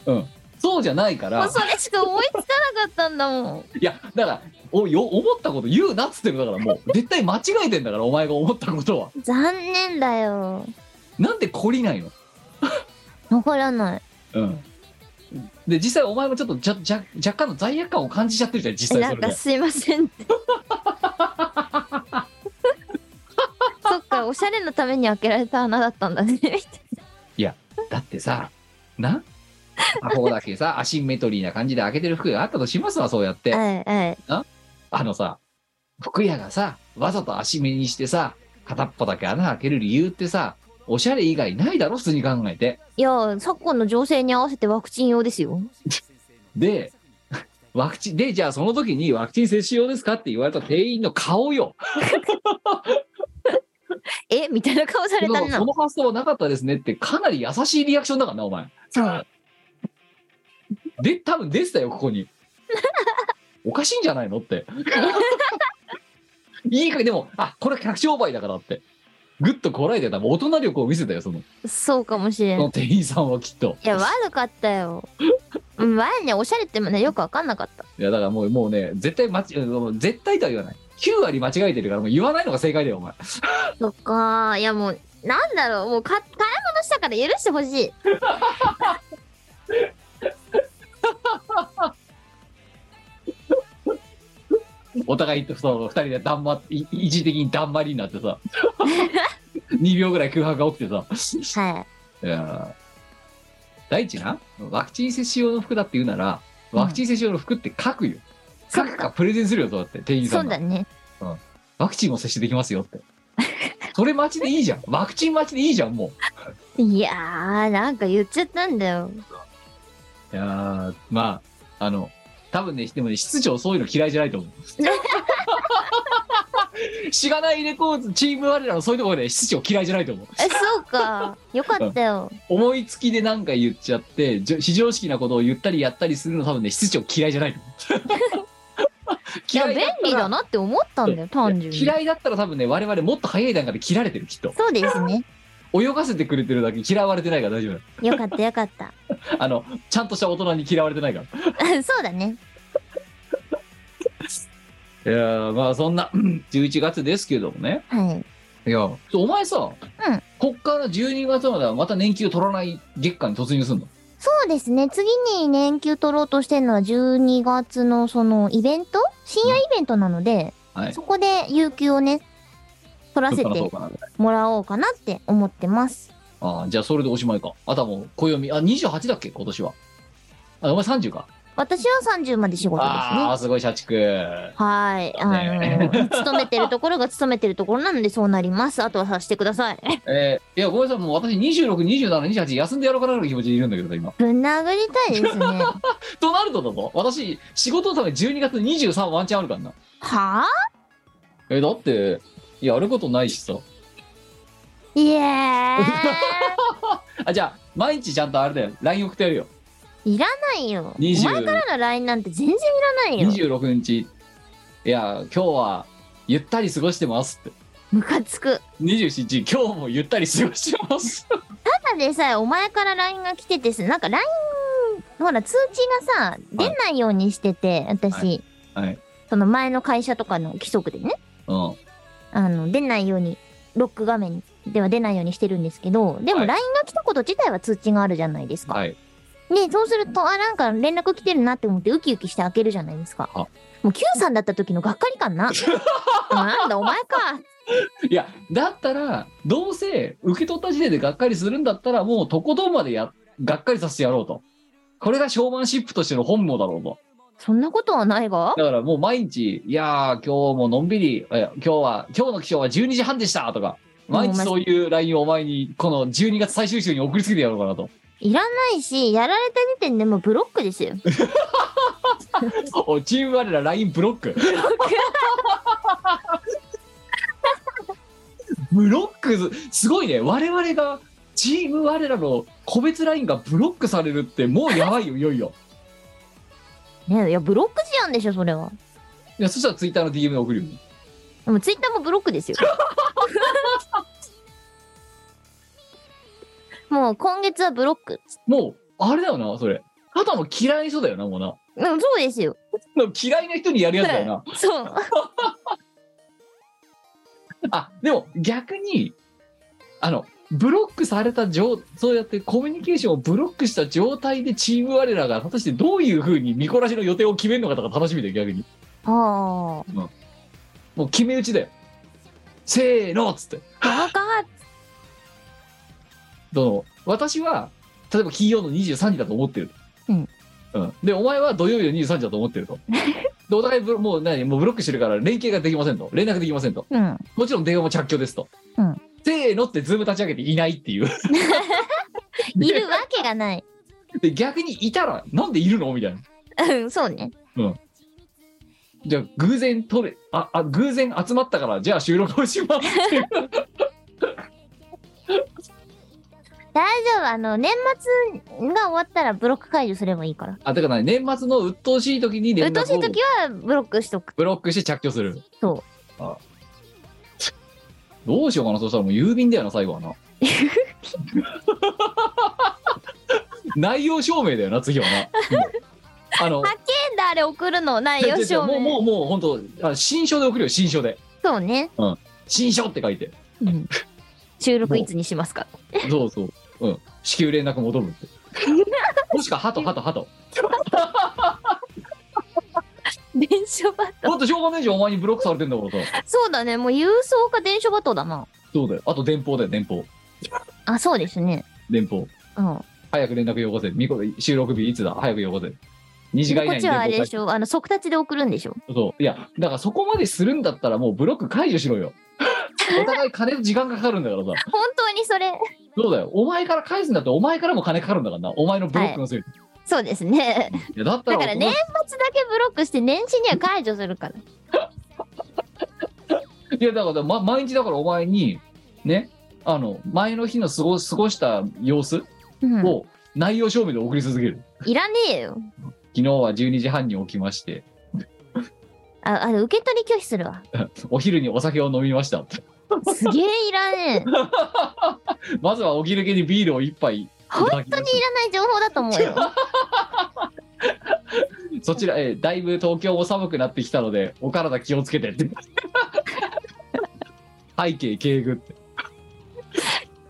うんそうじゃないかもらうそれしか思いつかなかったんだもん。いやだからおよ思ったこと言うなっつってるだからもう絶対間違えてんだからお前が思ったことは残念だよ。なんで懲りないのわからない。うんで実際お前もちょっとじゃじゃ若干の罪悪感を感じちゃってるじゃん実え際そなんれでかすいませ んって。そっか、おしゃれのために開けられた穴だったんだね。みたいだってさなあここだけさア シンメトリーな感じで開けてる服があったとしますわそうやってなはいはい。あのさ服屋がさわざと足目にしてさ片っぽだけ穴開ける理由ってさおしゃれ以外ないだろ普通に考えていや、昨今の情勢に合わせてワクチン用ですよ。で ワクチンでじゃあその時にワクチン接種用ですかって言われた店員の顔よえみたいな顔されたそな。の発想はなかったですねってかなり優しいリアクションだからなお前そう。で多分出てたよここに おかしいんじゃないのって いいかでもあこれ客商売だからってぐっとこらえてた大人力を見せたよそのそうかもしそれん。のい店員さんはきっとや、悪かったよ。うん前ね、おしゃれってね、よくわかんなかった。いやだからもうもうね絶対間違もう絶対とは言わない9割間違えてるからもう言わないのが正解だよお 前そっかーいやもう、なんだろう、もうか買い物したから許してほしい。お互いとその2人でだんまい一時的にだんまりになってさ2秒ぐらい空白が起きてさはい。いやー第一な、ワクチン接種用の服だって言うなら、ワクチン接種用の服って書くよ。書くかプレゼンするよ、そうやって、店員さそんうがだ。ね。ワクチンも接種できますよ って。それ待ちでいいじゃん。ワクチン待ちでいいじゃん、もいやー、なんか言っちゃったんだよ。う。いやーまあ、あの、多分ね、でもね、室長そういう の嫌いじゃないと 思う。しがないレコーズ、チーム我らのそういうところで室長嫌いじゃないと思う。え、そう か。よかったよ。思いつきで何か言っちゃってじょ非常識なことを言ったりやったりするの多分ね室長嫌いじゃないと思う いや、便利だななって思ったんだよ、単純に。嫌いだったら多分ね我々もっと早い段階で切られてるきっとそうですね。泳がせてくれてるだけ嫌われてないから大丈夫よかったよかった。 あのちゃんとした大人に嫌われてないからそうだね。いやーまあそんなうん11月ですけどもねはい。いやお前さ、んこっから12月まではまた年休取らない月間に突入すんのそうですね。次に年休取ろうとしてるのは12月のそのイベント深夜イベントなので、はいそこで有給をね、取らそっせからそうてかなもらおうかなって思ってます。あーじゃあそれでおしまいかあとはもう暦あ28だっけ今年はあお前30か私は30まで仕事ですあね。あ、すごい社畜。はい。あのね 勤めてるところが勤めてるところなのでそうなります。あとはさせてください。えーいや、ごめんなさい、もう私26、27、28、休んでやろうかなの気持ちでいるんだけど、今。ぶん殴りたいですね。 はとなるとだぞ、私、仕事のため12月23ワンチャンあるからな。あえ、だって、やることないしさ。いやあ、じゃあ、毎日ちゃんとあれだよ、LINE 送ってやるよ。ー。いらないよ。お20前からの LINE なんて全然いらないよ。 26日。いや、今日は、ゆったり過ごしてますって。ムカつく。 27日、今日もゆったり過ごして ます。ただでさえお前から LINE が来ててさ、なんか LINE、ほら通知がさ、出ないようにしてて、私、はい。その前の会社とかの規則でね、うん。あの、出ないように、ロック画面では出ないようにしてるんですけど、でもはい LINE が来たこと自体は通知があるじゃないですか。はい。で、そうすると、あ、なんか連絡来てるなって思ってウキウキして開けるじゃないですかあ。もう Q さんだった時のがっかり 感な。なんだお前か。いや、だったら、どうせ受け取った時点でがっかりするんだったら、もうとことんまでや、がっかりさせてやろうと。これがショーマンシップとしての本望だろうと。そんなことはないがだからもう毎日、いやー、今日ものんびり、え今日は、今日の気象は12時半でしたとか、毎日そういう LINE をお前に、この12月最終週に送りつけてやろうかなと。いらないし、やられた時点でもうブロック ですよ。おチーム我ら LINE ブロック。ブロックす、すごいね。我々がチーム我らの個別ラインがブロックされるってもうやばいよいよいよねいや、ブロック事案でしょ、それは。いやそしたらツイッターの DM で送るよでも、ツイッターもブロックです よ。もう、今月はブロック。もうあれだよなそれただの嫌いな人だよなもうなうん、そうですよ。でも嫌いな人にやるやつだよなそう。あでも逆にあのブロックされた状そうやってコミュニケーションをブロックした状態でチーム我らが果たしてどういうふうに見こらしの予定を決めるのかとか楽しみだよ逆にはあ。もう決め打ちだよせーのっつってバカどの私は例えば金曜の23時だと思ってる、うんうんでお前は土曜日の23時だと思って るとでお互いブロもう何もうブロックしてるから連携ができませんと連絡できませんとうん。もちろん電話も着去ですと、うんせーのってズーム立ち上げていないっていう いるわけがない。で逆にいたらなんでいるのみたいなうん、そうね。じゃあ偶然撮れああ偶然集まったからじゃあ収録をし ますっていう大丈夫。あの、年末が終わったらブロック解除すればいいから。あだから年末の鬱陶しい時に連うっとうし絡いを時はブロックしとく。ブロックして着去するそうあどうしようかなそしたらもう郵便だよな最後は な 内容証明だよな次はなうんあの変だ、あれ送るの。内容証もうも明。うもう本当あ新書で送るよ新書でそうね。新書って書 いてうん。収録いつにしますか。そうそう。うん。至急連絡戻 るって。もしか、ハト、ハト、ハト。電書バトだってしょうがないじゃん、お前にブロックされてんだからさ。ル。そうだね。もう郵送か電書バトルだな。そうだよ。あと、電報だよ、電報。あ、そうですね。電報。うん。早く連絡よこせ。みこ収録日いつだ早くよこせ。2時間以こ内っにち電は報あれ返でししょ。あの、速達で送るんでしょ。そう。いや、だからそこまでするんだったらもうブロック解除し ろよ。お互い金と時間かかるんだからさ。本当にそれ。そうだよ。お前から返すんだってお前からも金かかるんだからな。お前のブロックのせいで。そうですね。い、や、だっただらからお年前末だけブロックして年始には解除するから。いやだから、ま、毎日だからお前にねあの前の日の過ご過ごした様子うん。を内容証明で送り続ける、いらねえよ。昨日は12時半に起きましてあ、あの、受け取り拒否するわ。お昼にお酒を飲みました すげえいらねえ。まずはお昼けにビールを一杯いた本だきま当にしいらない情報だと思うよ。 たそちらえーだいぶ東京も寒くなってきたのでお体気をつけてって 背景敬具って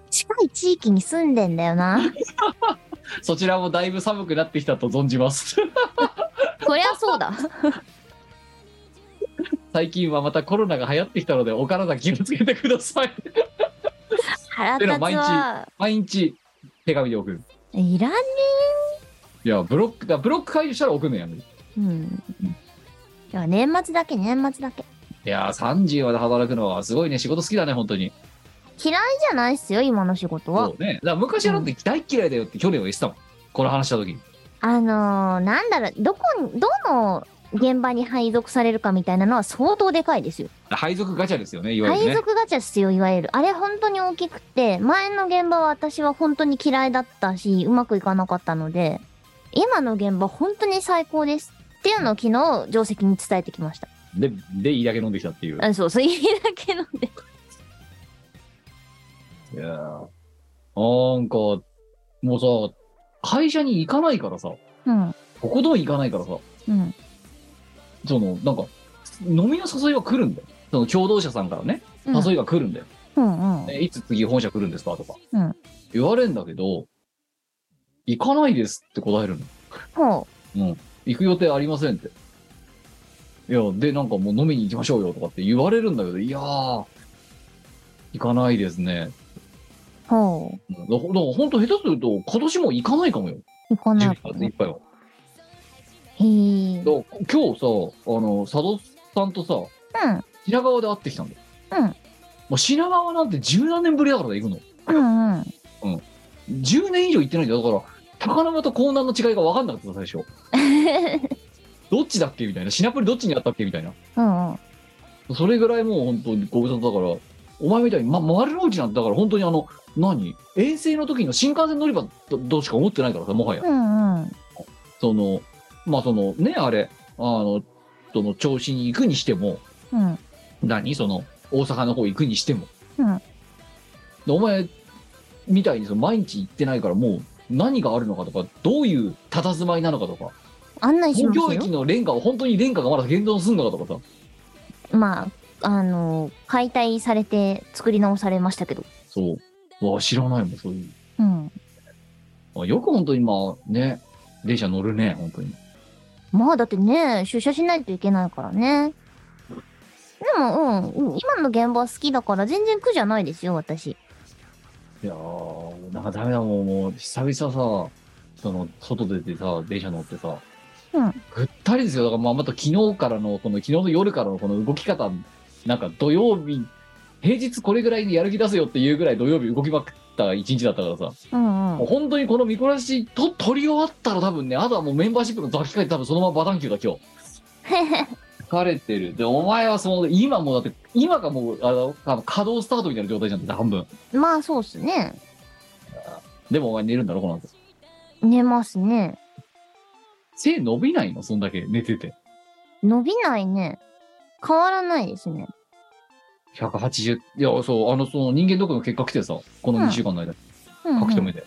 近い地域に住んでんだよな。そちらもだいぶ寒くなってきたと存じます そりゃそうだ。最近はまたコロナが流行ってきたのでお体気をつけてください腹立つわ。毎日手紙で送るいらねいや、ブロック、だブロック解除したら送るのやめる。え。うん。では年末だけ年末だけ。いやー、30まで働くのはすごいね、仕事好きだね、本当に。嫌いじゃないっすよ、今の仕事はそ。うね。だから昔はなんて大嫌いだよって去年は言ってたもん。この話した時に。あのー、なんだろう、どこに、どの現場に配属されるかみたいなのは相当でかいですよ。配属ガチャですよね、いわゆる配ね。属ガチャっすよ、いわゆる。あれ本当に大きくて、前の現場は私は本当に嫌いだったし、うまくいかなかったので、今の現場本当に最高です。っていうのを昨日、定石に伝えてきました。で、で、いいだけ飲んできたっていう。あそう、そう言いだけなんで。いやーなんか、もうさ、会社に行かないからさ、うん、ここどう行かないからさ、うん、その、なんか、飲みの誘いは来るんだよ。その共同者さんからね、うん。誘いが来るんだよ。うん、うん。ねいつ次本社来るんですかとか、うん言われるんだけど、行かないですって答えるの。ほ行く予定ありませんって。いや、で、なんかもう飲みに行きましょうよとかって言われるんだけど、いやー、行かないですね。う、ほう。うんだだから本当下手すると、今年も行かないかもよ。行か12ないか月いねっ。ぱいは。へえ。うだん、から今日さ、あの、佐渡さんとさ、品川で会ってきたんだよ。うんもう品川なんて十何年ぶりだからね行くの。うん、うん。 10年以上行ってないんだよ。だから、高沼と江南の違いが分かんなかった最初。どっちだっけみたいな。シナプリどっちにあったっけみたいな。うん、うん。それぐらいもう本当にご無沙汰だから、お前みたいに、ま、丸の内なんてだから本当にあの、何遠征の時の新幹線乗り場とどうしか思ってないからさもはやうんうん。そのまあそのねあれあのその調子に行くにしてもうん。何その大阪の方行くにしても、うんでお前みたいにその毎日行ってないからもう何があるのかとかどういう佇まいなのかとか案内しま東す京よ駅。のレンガを本当にレンガがまだ現存するのかとかさまあ、あの、解体されて作り直されましたけど。そううわ知らないもんそういううん。あよく本当にまあね電車乗るね本当にまあだってね、出社しないといけないからね。でも、うん、うん今の現場好きだから全然苦じゃないですよ、私。いやーなんかダメだもんもう久々さその外出てさ電車乗ってさうんぐったりですよ。だからまあまた昨日からの、この昨日の夜からのこの動き方、なんか土曜日、平日これぐらいでやる気出せよっていうぐらい土曜日動きまくった一日だったからさ、うんう。もうん本当にこの見こなしと取り終わったら多分ね、あとはもうメンバーシップの雑誌替えて多分そのままバタンキューだ今日。 疲れてる。で、お前はその、今もうだって、今がもう、あの、あの稼働スタートみたいな状態じゃん、半分。まあそうっすね。でもお前寝るんだろ、この後。寝ますね。背伸びないのそんだけ寝てて。伸びないね。変わらないですね。 180。いや、そう、あの、その人間ドックの結果来てさ、この2週間の間うん、う書き留ん。めで。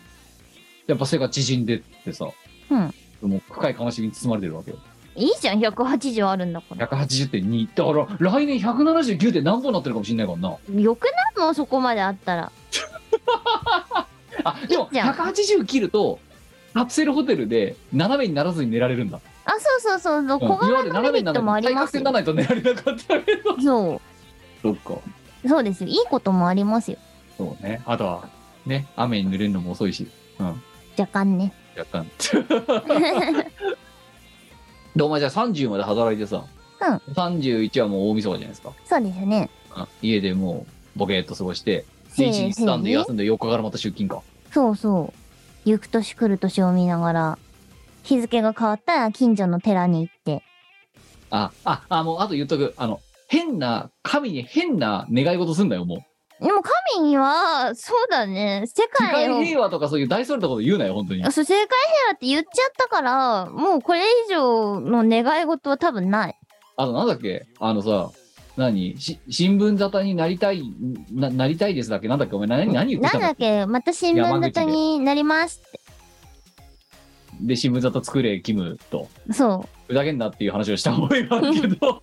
やっぱ背が縮んでってさ、うんもう深い悲しみに包まれてるわけよ。いいじゃん、180あるんだから。 180.2。だから、来年179点何本なってるかもしんないからな。よくないもん、そこまであったら。あ、でも、いいじゃん180切ると、カプセルホテルで斜めにならずに寝られるんだ。あ、そうそうそうそう、うん小いわ柄ゆるのメ斜めリにッならトもあないり対ま角す線よが。ないと寝られなかったけど。そそっか。う、そうですよ。いいこともありますよ。そうね。あとは、ね、雨に濡れるのも遅いし、若干ね。若 干。で、お前じゃあ30まで働いてさ、うん31はもう大晦日じゃないですか。そうですね。うん家でもう、ボケーっと過ごして、で、1日スタンで休んで4日からまた出勤か。そうそう。行く年来る年を見ながら、日付が変わったら近所の寺に行って。あ、あ、あ、もう、あと言っとく。あの、変な、神に変な願い事すんだよ、もう。でも神には、そうだね、世世界界を、平和とかそういう大それたこと言うなよ、本当に。そう、世界平和って言っちゃったから、もうこれ以上の願い事は多分ない。あと、なんだっけあのさ、何し新聞沙汰になりたい、ななりたいですだっけなんだっけお前何、何言ってなたんだっのけ、また新聞山口で沙汰になります。で、新聞沙汰作れ、キムと。そふざけんなっていう話をした覚えがある けど。う。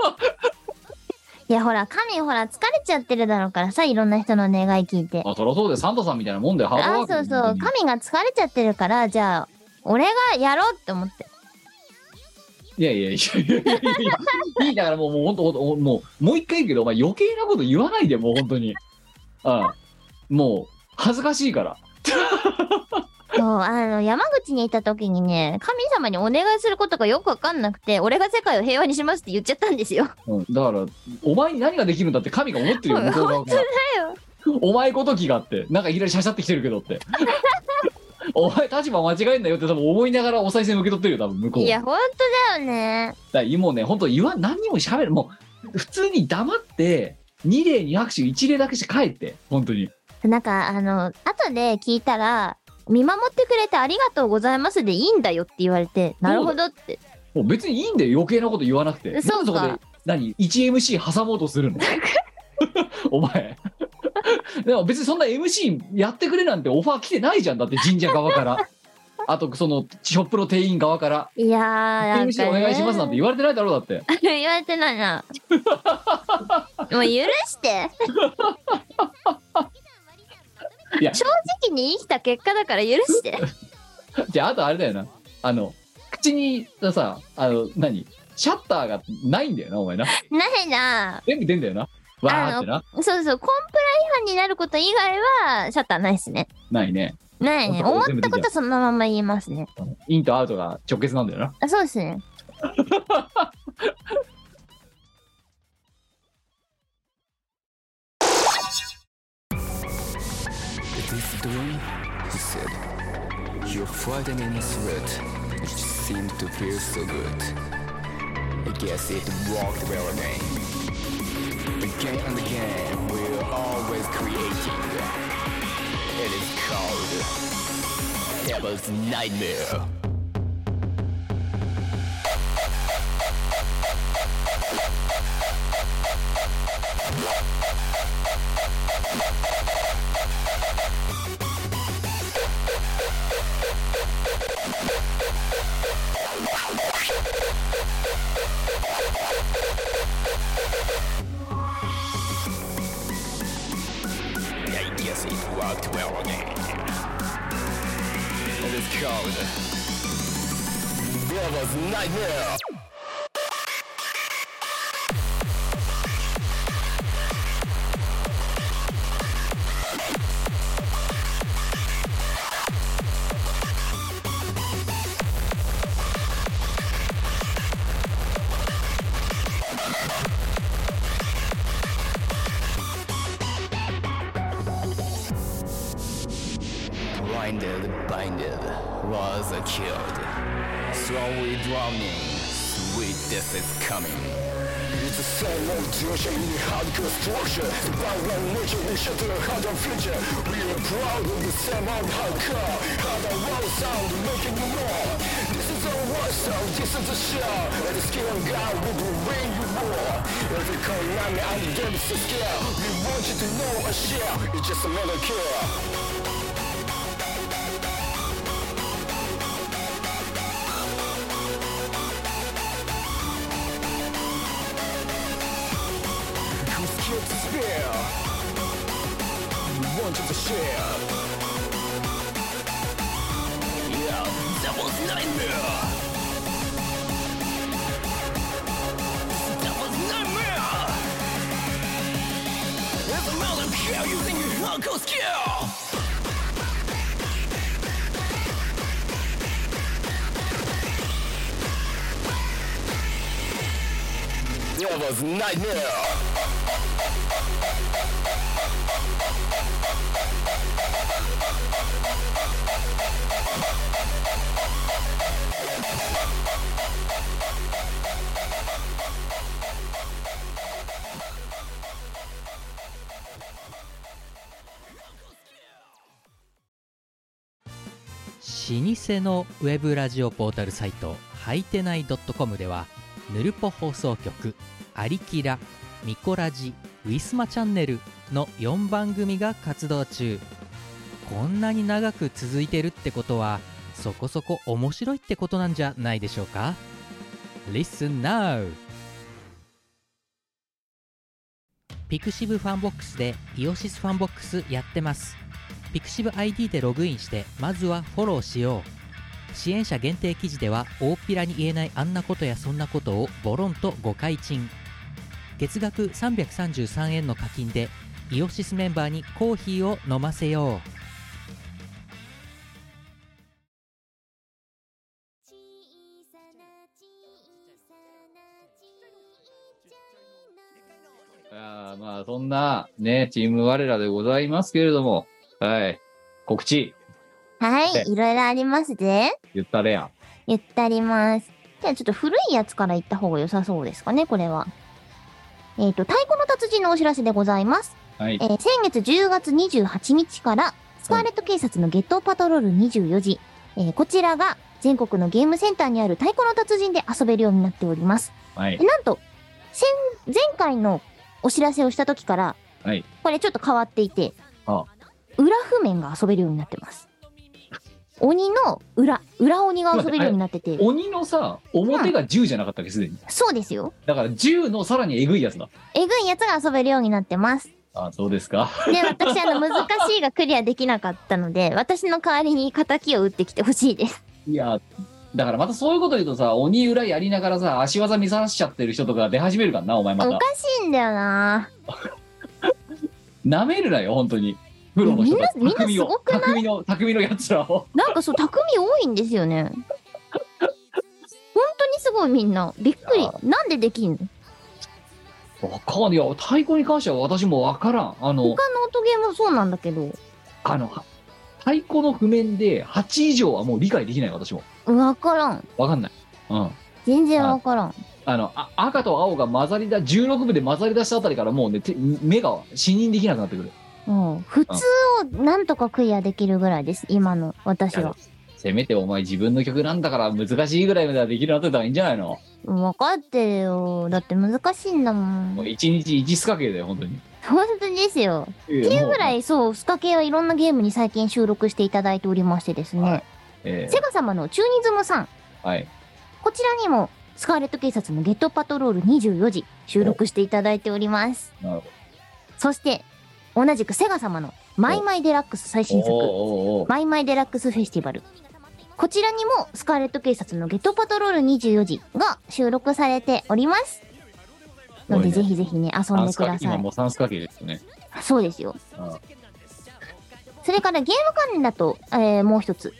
いや、ほら、神ほら、疲れちゃってるだろうからさ、いろんな人の願い聞いて。あ、そりゃそうで、サンタさんみたいなもんで、ハードワあークそうそう本当に神が疲れちゃってるからじゃあ俺がやろうって思っていやいやいやいやいやいやいいだからもう、もう本当、ほんとほんともう、もう一回言うけど、お前余計なこと言わないで、もう本当に。あもう、恥ずかしいから。そうあの山口にいた時にね神様にお願いすることがよくわかんなくて俺が世界を平和にしますって言っちゃったんですよ。うん、だから、お前に何ができるんだって神が思ってるよ、うん向こう側から。よお前ごときがあって、なんかいきなりシャシャってきてるけどって。お前立場間違えんだよって多分思いながらお賽銭受け取ってるよ、多分向こうは。いやほんとだよね。だからもうね、本当言わん、何にも喋る。もう、普通に黙って、2例2拍手、1例だけして帰って、本当に。なんかあの後で聞いたら「見守ってくれてありがとうございます」でいいんだよって言われてなるほどってもう別にいいんだよ、余計なこと言わなくて。そうかなんでそこで、何 ?1MC 挟もうとする のお前。でも別にそんな MC やってくれなんてオファー来てないじゃん、だって神社側 から。あと、その、ショップの店員側から。いやーなんか、MC ね、お願いしますなんて言われてないだろう、だって。 言われてな いなもう許していや正直に生きた結果だから許して じゃあ、あとあれだよな。あの、口にさ、あの、何シャッターがないんだよな、お前な。ないな全部出んだよな。わーってな。そうそうコンプラ違反になること以外はシャッターないっすねないね。ないね本思当っ全部たことそのまま言いますねインとアウトが直結なんだよな。あそうですね This dawn, he said, your frightening sweat, which seemed to feel so good. I guess it walked well again. Again and again, we're always creating. It is called Devil's Nightmare. 'Blinded, blinded, was killed. Slowly drowning, sweet death is coming. It's a sign of duty in hard construction. The violent nature we should the heart of future. We are proud of the same old hardcore. Hard and well sound, making more. This is our war sound, this is the show. And the skill of God will bring you more. Every call, name, and the game is a scale. We want you to know and share. It's just a matter of care. Who's killed to spare? We wanted to share. Yeah, Devil's Nightmare! Devil's Nightmare! There's a amount of care you think you not go skill! Devil's Nightmare! 老舗のウェブラジオポータルサイトはいてない .com ではぬるぽ放送局「アリキラ」「ミコラジ」「ウィスマチャンネル」の4番組が活動中こんなに長く続いてるってことはそこそこ面白いってことなんじゃないでしょうか Listen now! ピクシブファンボックスでイオシスファンボックスやってますピクシブ ID でログインしてまずはフォローしよう支援者限定記事では大っぴらに言えないあんなことやそんなことをボロンと誤解賃月額333円の課金でイオシスメンバーにコーヒーを飲ませよう小さな小さなちっちゃいのあーまあ、そんな、ね、チーム我らでございますけれども、はい。告知、はでい、いろいろありますね。言ったれやん。言ってあります。じゃあちょっと古いやつから言った方が良さそうですかね、これは。えっ、と、太鼓の達人のお知らせでございます。はいえ。ー先月10月28日から、スカーレット警察のゲットパトロール24時、えーこちらが全国のゲームセンターにある太鼓の達人で遊べるようになっております。はいで。なんと、先、前回のお知らせをした時から、はいこれちょっと変わっていて、あ裏譜面が遊べるようになってます。鬼の裏、裏鬼が遊べるようになってて、鬼のさ、表が10じゃなかったっけ、すでに。そうですよ。だから10のさらにえぐいやつだ。えぐいやつが遊べるようになってます。あーそうですか。で、私、あの、難しいがクリアできなかったので、私の代わりに仇を打ってきてほしいです。いや、だからまたそういうこと言うとさ、鬼裏やりながらさ、足技見さらしちゃってる人とか出始めるからな、お前まおたか。しいんだよななめるなよ、本当に。プロの人たち。みんなみん匠なをすごくない匠の、匠のやつらを。なんかそう、匠多いんですよね。本当にすごいみんな。びっくいりや。なんでできんのわかんねえよ。太鼓に関しては私もわからん。あの、他の音ゲーもそうなんだけど。あの、太鼓の譜面で8以上はもう理解できない、私も。わからん。わかんない。うん。全然わからん。あの、あ赤と青が混ざりだ、16部で混ざり出したあたりからもうね、手目が視認できなくなってくる。もう、普通をなんとかクリアできるぐらいです、今の私は。せめてお前自分の曲なんだから難しいぐらいまではできるようになってたらいいんじゃないの分かってるよ。だって難しいんだももん。う一日一スカ系だよ、本当に。っ本当ですよ。てっていうぐらいい、そう、スカ系はいろんなゲームに最近収録していただいておりましてですもう。はねい。。えセガ様のチューニズムさん、ーはい。こちらにも、スカーレット警察のゲットパトロール24時収録していただいております。なるほそして、同じくセガ様のマイマイデラックス最ど。新作、おーおーおーマイマイデラックスフェスティバル。こちらにもスカーレット警察のゲットパトロール24時が収録されております。ので、すごぜいねひぜひね、遊ん三でスくだカ今さい。もう三スカ系ですよね。そうですよ。うんそれからゲーム関連だと、えーもう一つ。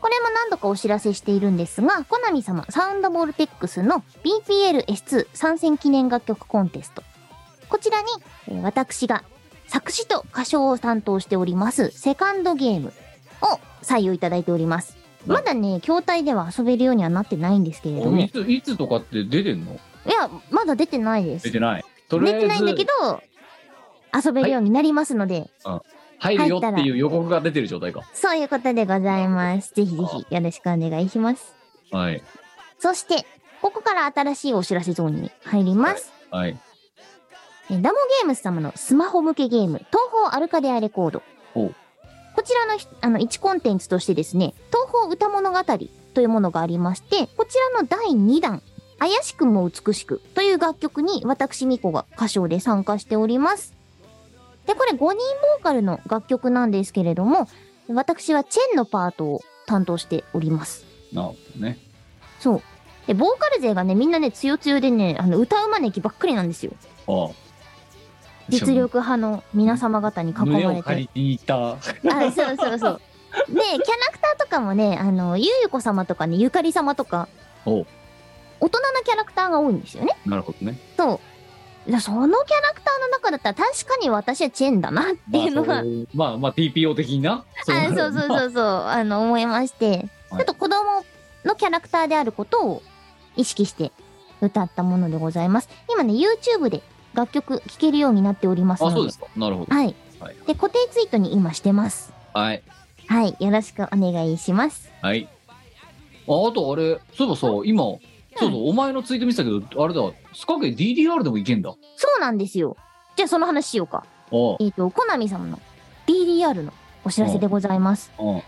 これも何度かお知らせしているんですが、コナミ様、サウンドボルテックスの BPLS2 参戦記念楽曲コンテスト。こちらに、えー私が作詞と歌唱を担当しております、セカンドゲームを採用いただいております。まだね、筐体では遊べるようにはなってないんですけれどおも、いいつ、いつとかって出てんのや、まだ出てないです出。てない。とり出あえてず、ないんだけど、遊べるようになりますので、入るよっていう予告が出てる状態か。そういうことでございます。ぜひぜひよろしくお願いします。はい。そして、ここから新しいお知らせゾーンに入ります。はい。えダモゲームス様のスマホ向けゲーム、東方アルカデアレコード。おこちらのひあの1コンテンツとしてですね、東方歌物語というものがありまして、こちらの第2弾、怪しくも美しくという楽曲に私ミコが歌唱で参加しております。で、これ5人ボーカルの楽曲なんですけれども、私はチェンのパートを担当しております。なるほどね。そう。で、ボーカル勢がね、みんなね、つよつよでね、あの、歌う招きばっかりなんですよ。ああ実力派の皆様方に囲ま胸れを借て。りていた。あ、そうそうそう。で、キャラクターとかもね、あの、ゆうゆこ様とかね、ゆかり様とか、おう大人なキャラクターが多いんですよね。なるほ どね。そう。でそのキャラクターの中だったら、確かに私はチェンだなっていうのまあが、そういうまあ、まあ、TPO 的にな。あそうそなうるそう そう、あの、思いまして、はいちょっと子供のキャラクターであることを意識して歌ったものでございます。今ね、YouTube で楽曲聴けるようになっておりますのあ、で。そうですか。なるほど。はい。はいで、固定ツイートに今してます。はい。はい。よろしくお願いします。はい。あ、あとあれ、そういえばさ、今、そうそう、お前のツイート見てたけど、あれだ、スカケ DDR でもいけんだ。あそうなんですよ。じゃあその話しようか。あ、えっ、と、コナミ様の DDR のお知らせでございます。うん。えー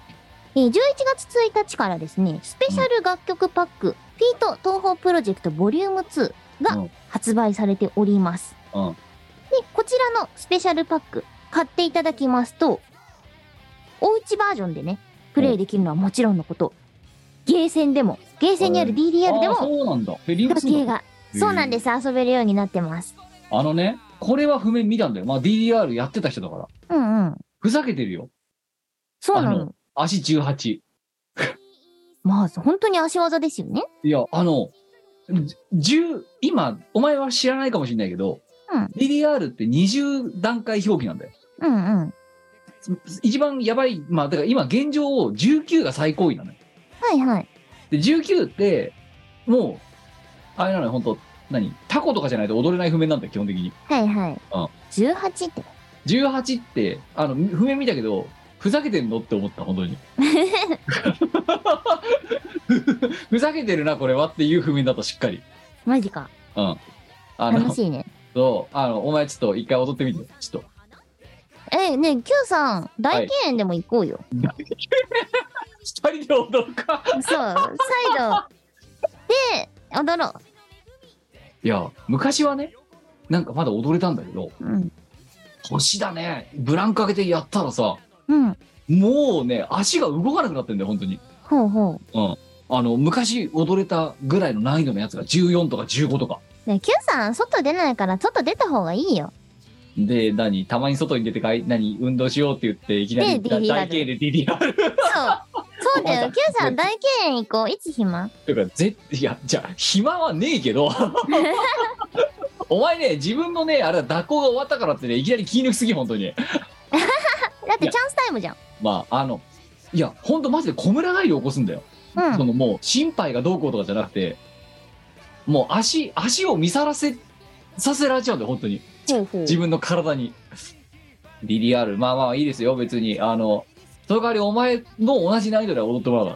11月1日からですね、スペシャル楽曲パック、フィート東宝プロジェクトボリューム2うがん発売されております。うんで、こちらのスペシャルパック、買っていただきますと、おうちバージョンでね、プレイできるのはもちろんのこと、ゲーセンでも、ゲーセンにある DDR でああ、も、そうなんだ。えリンク楽する器んだが、そうなんです、遊べるようになってます。あのね、これは譜面見たんだよ。まあ、DDR やってた人だから。うんうん。ふざけてるよ。そうなあのの。足18。まあ、本当に足技ですよね。いや、あの、10、今、お前は知らないかもしれないけど、うん DDR って20段階表記なんだよ。うんうん。一番やばい、まあ、だから今現状を19が最高位なのよ。はいはい。で、19って、もう、あれなのよ、本当何タコとかじゃないと踊れない譜面なんだよ、基本的に。はいはい。うん18って。 18って、あの、譜面見たけど、ふざけてんのって思った、本当に。ふざけてるな、これはっていう譜面だとしっかり。マジか。うん。あ楽の、しいね。そう、あの、お前ちょっと一回踊ってみて、ちょっと。え、ねえ、Q さん、大敬遠でも行こうよ。二人で踊るか。そう、再度。で、踊ろいや、昔はね、なんかまだ踊れたんだけど、う。うん。腰だね、ブランク上げてやったらさ、うん。もうね、足が動かなくなってんだよ、本当に。ほうほうん。あの、昔踊れたぐらいの難易度のやつが14とか15とか。う。ねえ、Q さん、外出ないから、外出た方がいいよ。で、何たまに外に出てかい、何運動しようって言って、いきなりで DDR 大形で DDR そう。そうだおよ。前 Q さん、大敬遠行こう。いつ暇というか、ぜ、いや、じゃあ、暇はねえけど。お前ね、自分のね、あれは蛇行が終わったからってね、いきなり気抜きすぎ、本当に。だってチャンスタイムじゃん。まあ、あの、いや、本当マジで小村帰り起こすんだよ。うん。そのもう、心配がどうこうとかじゃなくて、もう足、足を見さらせ、させられちゃうんだよ、本当に。ほうほう自分の体に。 DDR。まあまあいいですよ、別に。あの、その代わりお前の同じ難易度で踊ってもらうか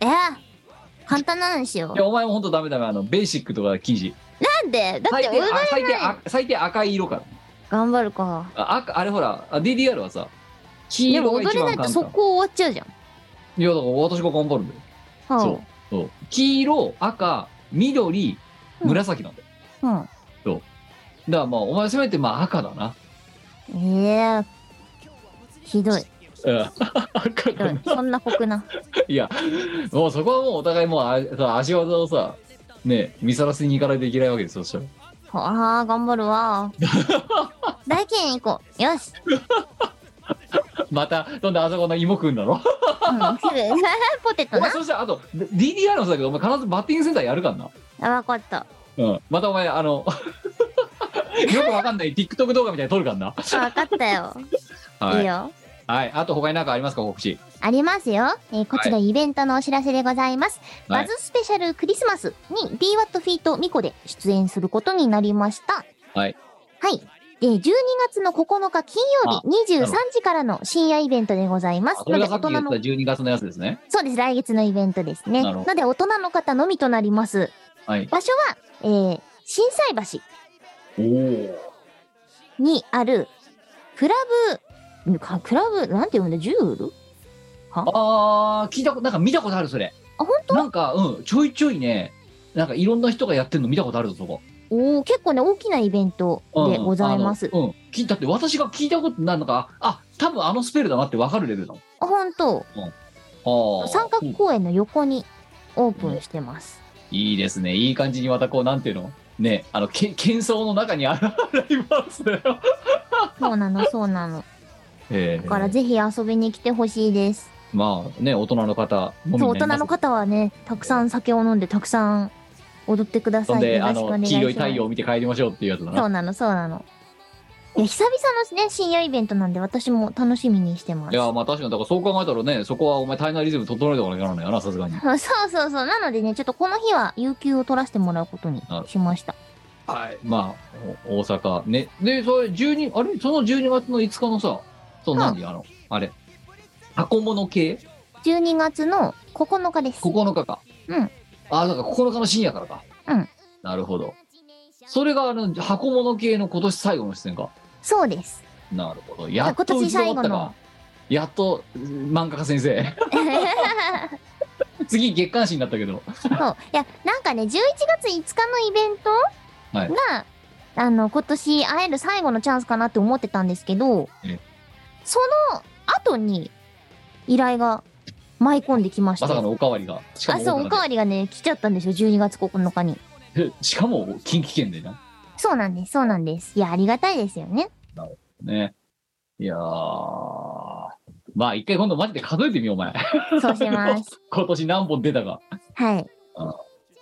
ら。えー簡単なのにしよいうや、お前もほんとダメダメ。あの、ベーシックとか記事。なんでだっ最て低、俺あが最低あ、最低赤い色から。頑張るかあ赤あれほら、あ DDR はさ、黄でも色が踊一れな番いと簡速単。攻終わっちゃうじゃんいや、だから私が頑張るんだよ。はそうそう黄色、赤、緑、うん紫なんだよ。あだからまあ、お前せめてまあ赤だな。うんええーひ どいうん赤ひどだいな。そんな酷ないや、もうそこはもうお互いもうあさ足技をさ、ね、見さらせに行かないといけないわけですよ、そしたら。ああ頑張 るわ大金行こうよし、また、どんどんあそこの芋食うんだろ。 うん、すぐポテトお前なそしたら、あと、DDR のさ、お前必ずバッティングセンターやるからな。あわかったうん。またお前、あの、 よくわかんない TikTok 動画みたいに撮るからな。わかったよ、、はいいい。よはい。あと他に何かありますか、告知。ありますよ、えーこちらイベントのお知らせでございます、はいバズスペシャルクリスマスに BWAT フィートミコで出演することになりましたはいはいで12月の9日金曜日23時からの深夜イベントでございますあそれのがでさっき大人言ったの12月のやつですね。そうです来月のイベントですなねなるほのどで大人の方のみとなりますはい。場所は、えー、震災おお。橋にあるクラブかクラブなんて読むんだジュールあー、聞いたこと、なんか見たことある、それ。あ本当なんか、うん、ちょいちょいね、なんかいろんな人がやってるの見たことあるぞ、そこ。おお結構ね大きなイベントうんでございます、あのうん。聞いたって、私が聞いたことないのか、あ、多分あのスペルだなってわかるレベルだもん。あ本当あー三角うん公園の横にオープンしてます。いいですね。いい感じにまたこう、なんていうのね、あの、け、喧騒の中にあるライブハウスだよ。 そうなの、そうなの。ええだからぜひ遊びに来てほしいです。まあね、大人の方もそう、大人の方方はね、たくさん酒を飲んで、たくさん踊ってくだそさんい。で、よあろしくおの、願い黄し色まい太陽をす。見て帰りましょうっていうやつだそな。うなの、そうなの。で久々のね、深夜イベントなんで、私も楽しみにしてまいす。や、まあ確かに、だからそう考えたらね、そこはお前体内リズム整えておかなきゃならないよな、さすがに。 そうそうそう。なのでね、ちょっとこの日は、有給を取らせてもらうことにしました。はい。まあ、お大阪ね。で、それ12、あれその12月の5日のさ、そう、はい何、あの、あれ、箱物系12月の9日です。 ?9 日か。うん。あ、だから9日の深夜からか。うん。なるほど。それが、あの、箱物系の今年最後の出演か。そ うです。なるほど。やっと打今年ち終最わ後っのたか。やっと、漫画家先生。 そ次、月刊誌になったけど。う。いや、なんかね、11月5日のイベントはい。が、あの、今年会える最後のチャンスかなって思ってたんですけどえ、その後に依頼が舞い込んできました。まさかのおかわりが。しかあ、もそう、おかわりがね、来ちゃったんですよ、12月9日に。り。 しかも、近畿圏でな。そうなんです、そうなんです。いや、ありがたいですよね。ね。いやー。まあ、一回今度マジで数えてみよう、お前。そうし ます。今年何本出たか。はい。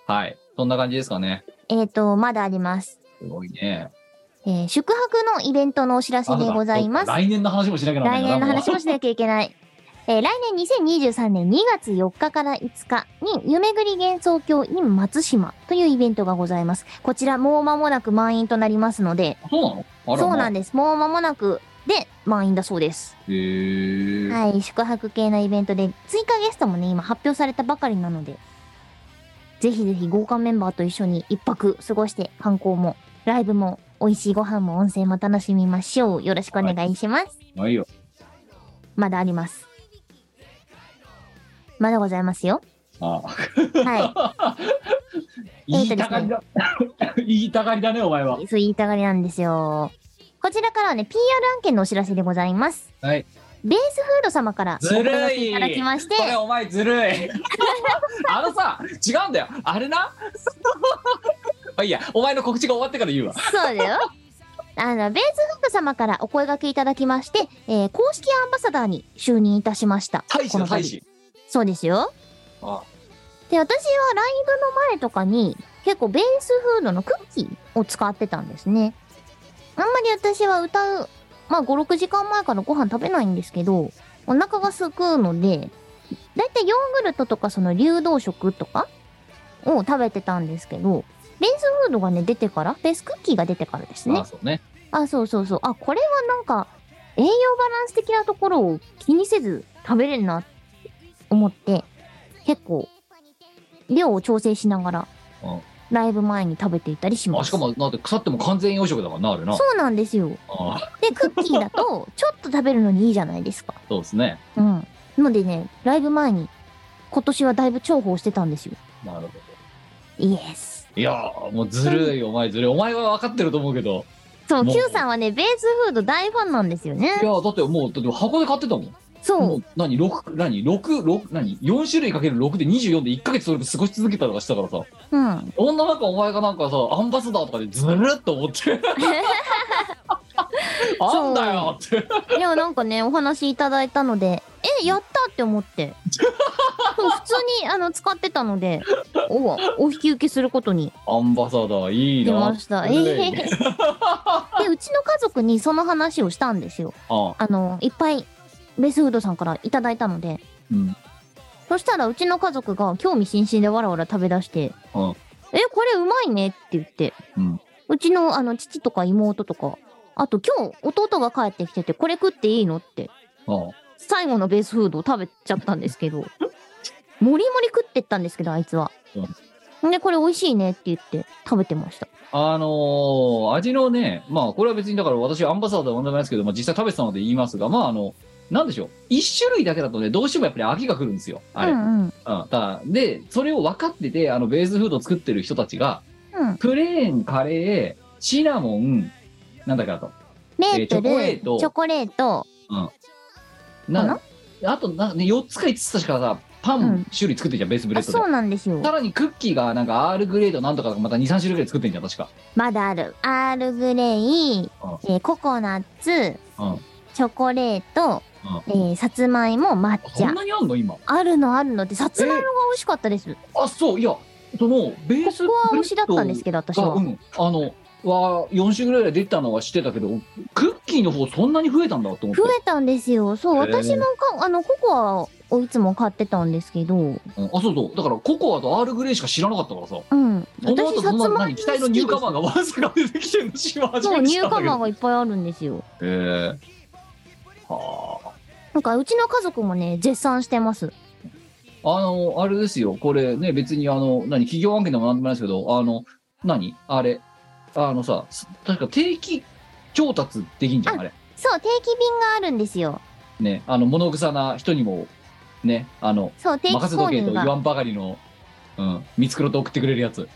はい。そんな感じですかね。えっ、ー、と、まだあります。すごいね。えー宿泊のイベントのお知らせでございます。あそうだ来年の話もしなきゃならな来い年のな話もしなきゃいけない。えー来年2023年2月4日から5日に、夢ぐり幻想郷 in 松島というイベントがございます。こちらもう間もなく満員となりますので、そうなのあらそうなんんです。もう間もなくで満員だそうです。へー。はい、宿泊系のイベントで、追加ゲストもね、今発表されたばかりなので、ぜひぜひ豪華メンバーと一緒に一泊過ごして観光も、ライブも、美味しいご飯も温泉も楽しみましょう。よろしくお願いします。まあいいよ。まだあります。まだございますよ。ああは 言いたがりだ。言いたがりだね、お前は。い。そう言いたがりなんですよ。こちらからはね、PR 案件のお知らせでございます。はい。ベースフード様からずるいお問い合わせいただきまして、それお前ずる い。あのさ、違うんだよ。あれな。 あいいや、お前の告知が終わってから言うわ。そうだよ。あの、ベースフード様からお声掛けいただきまして、えー公式アンバサダーに就任いたしました。大使こだ、の度大使。そうですよ。あで、私はライブの前とかに、結構ベースフードのクッキーを使ってたんですね。あんまり私は歌う、まあ5、6時間前からご飯食べないんですけど、お腹がすくうので、だいたいヨーグルトとかその流動食とかを食べてたんですけど、ベースフードがね、出てから、ベースクッキーが出てからですねあ、。そうね。あ、そうそうそう。あ、これはなんか、栄養バランス的なところを気にせず食べれるなって思って、結構、量を調整しながらうん、ライブ前に食べていたりしまあす。しかも、だって腐っても完全養殖だからな、あれな。そうなんですよ。あで、クッキー だと、ちょっと食べるのにいいじゃないですか。そうですね。うん。のでね、ライブ前に、今年はだいぶ重宝してたんですよ。なるほど。イエス。いやー、もうずるい、お前ずるい。お前は分かってると思うけど。そう、もう Q さんはね、ベースフード大ファンなんですよね。いやー、だってもう、だって箱で買ってたもん。そもうう、何、6、何、6、6、何、4種類かける6で24で1ヶ月それ過ごし続けたとかしたからさ。。うん。 そんな中お前がなんかさ、アンバサダーとかでずるっと思って。あんだよって。いや、なんかね、お話いただいたので、え、やったって 思って。そう普通に、あの、使ってたので、お、お引き受けすることにアンバサダーいい出な。ました。ええずる いねで、うちの家族にその話をしたんですよ。ああの、いっぱい、ベースフードさんからいただいたので。うん。そしたらうちの家族が興味津々でわらわら食べ出して、うんえ、これうまいねって言って、うんちのあの父とか妹とか、あと今日弟が帰ってきてて、これ食っていいのって、ああ最後のベースフードを食べちゃったんです けど、もりもり食ってったんですけど、あいつは。で、これ美味しいねって言って食べてました。あのー味のね、まあ、これは別にだから私アンバサダーでは問題ないですけど、まあ、実際食べてたので言いますが、まあ、あの、なんでしょう。一種類だけだとね、どうしてもやっぱり飽きが来るんですよ。あれ。ううん。んうん。だからで、それを分かってて、あの、ベースフードを作ってる人たちが、うん。プレーン、カレー、シナモン、なんだっけあと。メーえチプョコレル、ートチョコレート、なあとなんか、ね、4つか5つ確かさ、パうンん種類作ってんじゃん、ベースブレあ、ッドでそ。うなんですよさ。らにクッキーがなんか R グレードなんとかとかまた2、3種類ぐらい作ってんじゃん、確か。まだある。アールグレイ、えーココナッツ、うん。チョコレート、えうん。ーさつまいも、抹そ茶ん。なにあんの今。あるのあるので、さつまいもが美味しかったです。あ、そう、いや、その、ベーこスこは推しだったんですけど、私は。うん。あの、は、4種類ぐらい出てたのは知ってたけど、クッキーの方そんなに増えたんだと思って増。えたんですよ。そう、へー私もか、あの、ココアをいつも買ってたんですけど、うんあ、そうそう。だから、ココアと R グレーしか知らなかったからさ。うん。その後私、そさつんなまい何も期待の好ニューきカですマ。ーがわずか出てきてるの島初そめう、てニ知ュったーんだけカマーど。がいっぱいあるんですよ。へえはあ。なんか、うちの家族もね、絶賛してます。あの、あれですよ、これね、別にあの、何、企業案件でもなんでもないですけど、あの、何あれ、あのさ、す確か定期調達できんじゃん、あれ。そう、定期便があるんですよ。ね、あの、物臭な人にも、ね、あの、そう、定期任せと購けと入言が。わんばかりの、うん、見繕って送ってくれるやつ。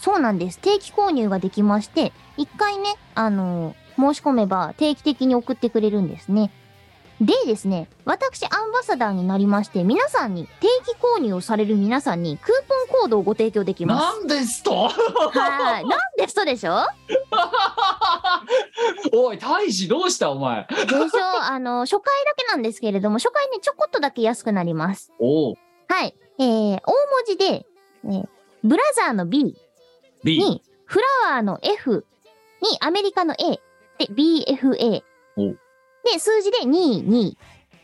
そうなんです。定期購入ができまして、一回ね、あの申し込めば定期的に送ってくれるんですね。でですね、私アンバサダーになりまして、皆さんに、定期購入をされる皆さんに、クーポンコードをご提供できまなんですと す。はい。なんでそうでしょおい、大使どうしたお前。でしょ あの、初回だけなんですけれども、初回ね、ちょこっとだけ安くなります。おう、はい。えー、大文字で、えーブラザーの B、 B。に、フラワーの F に、アメリカの A で BFA お。で、数字で22。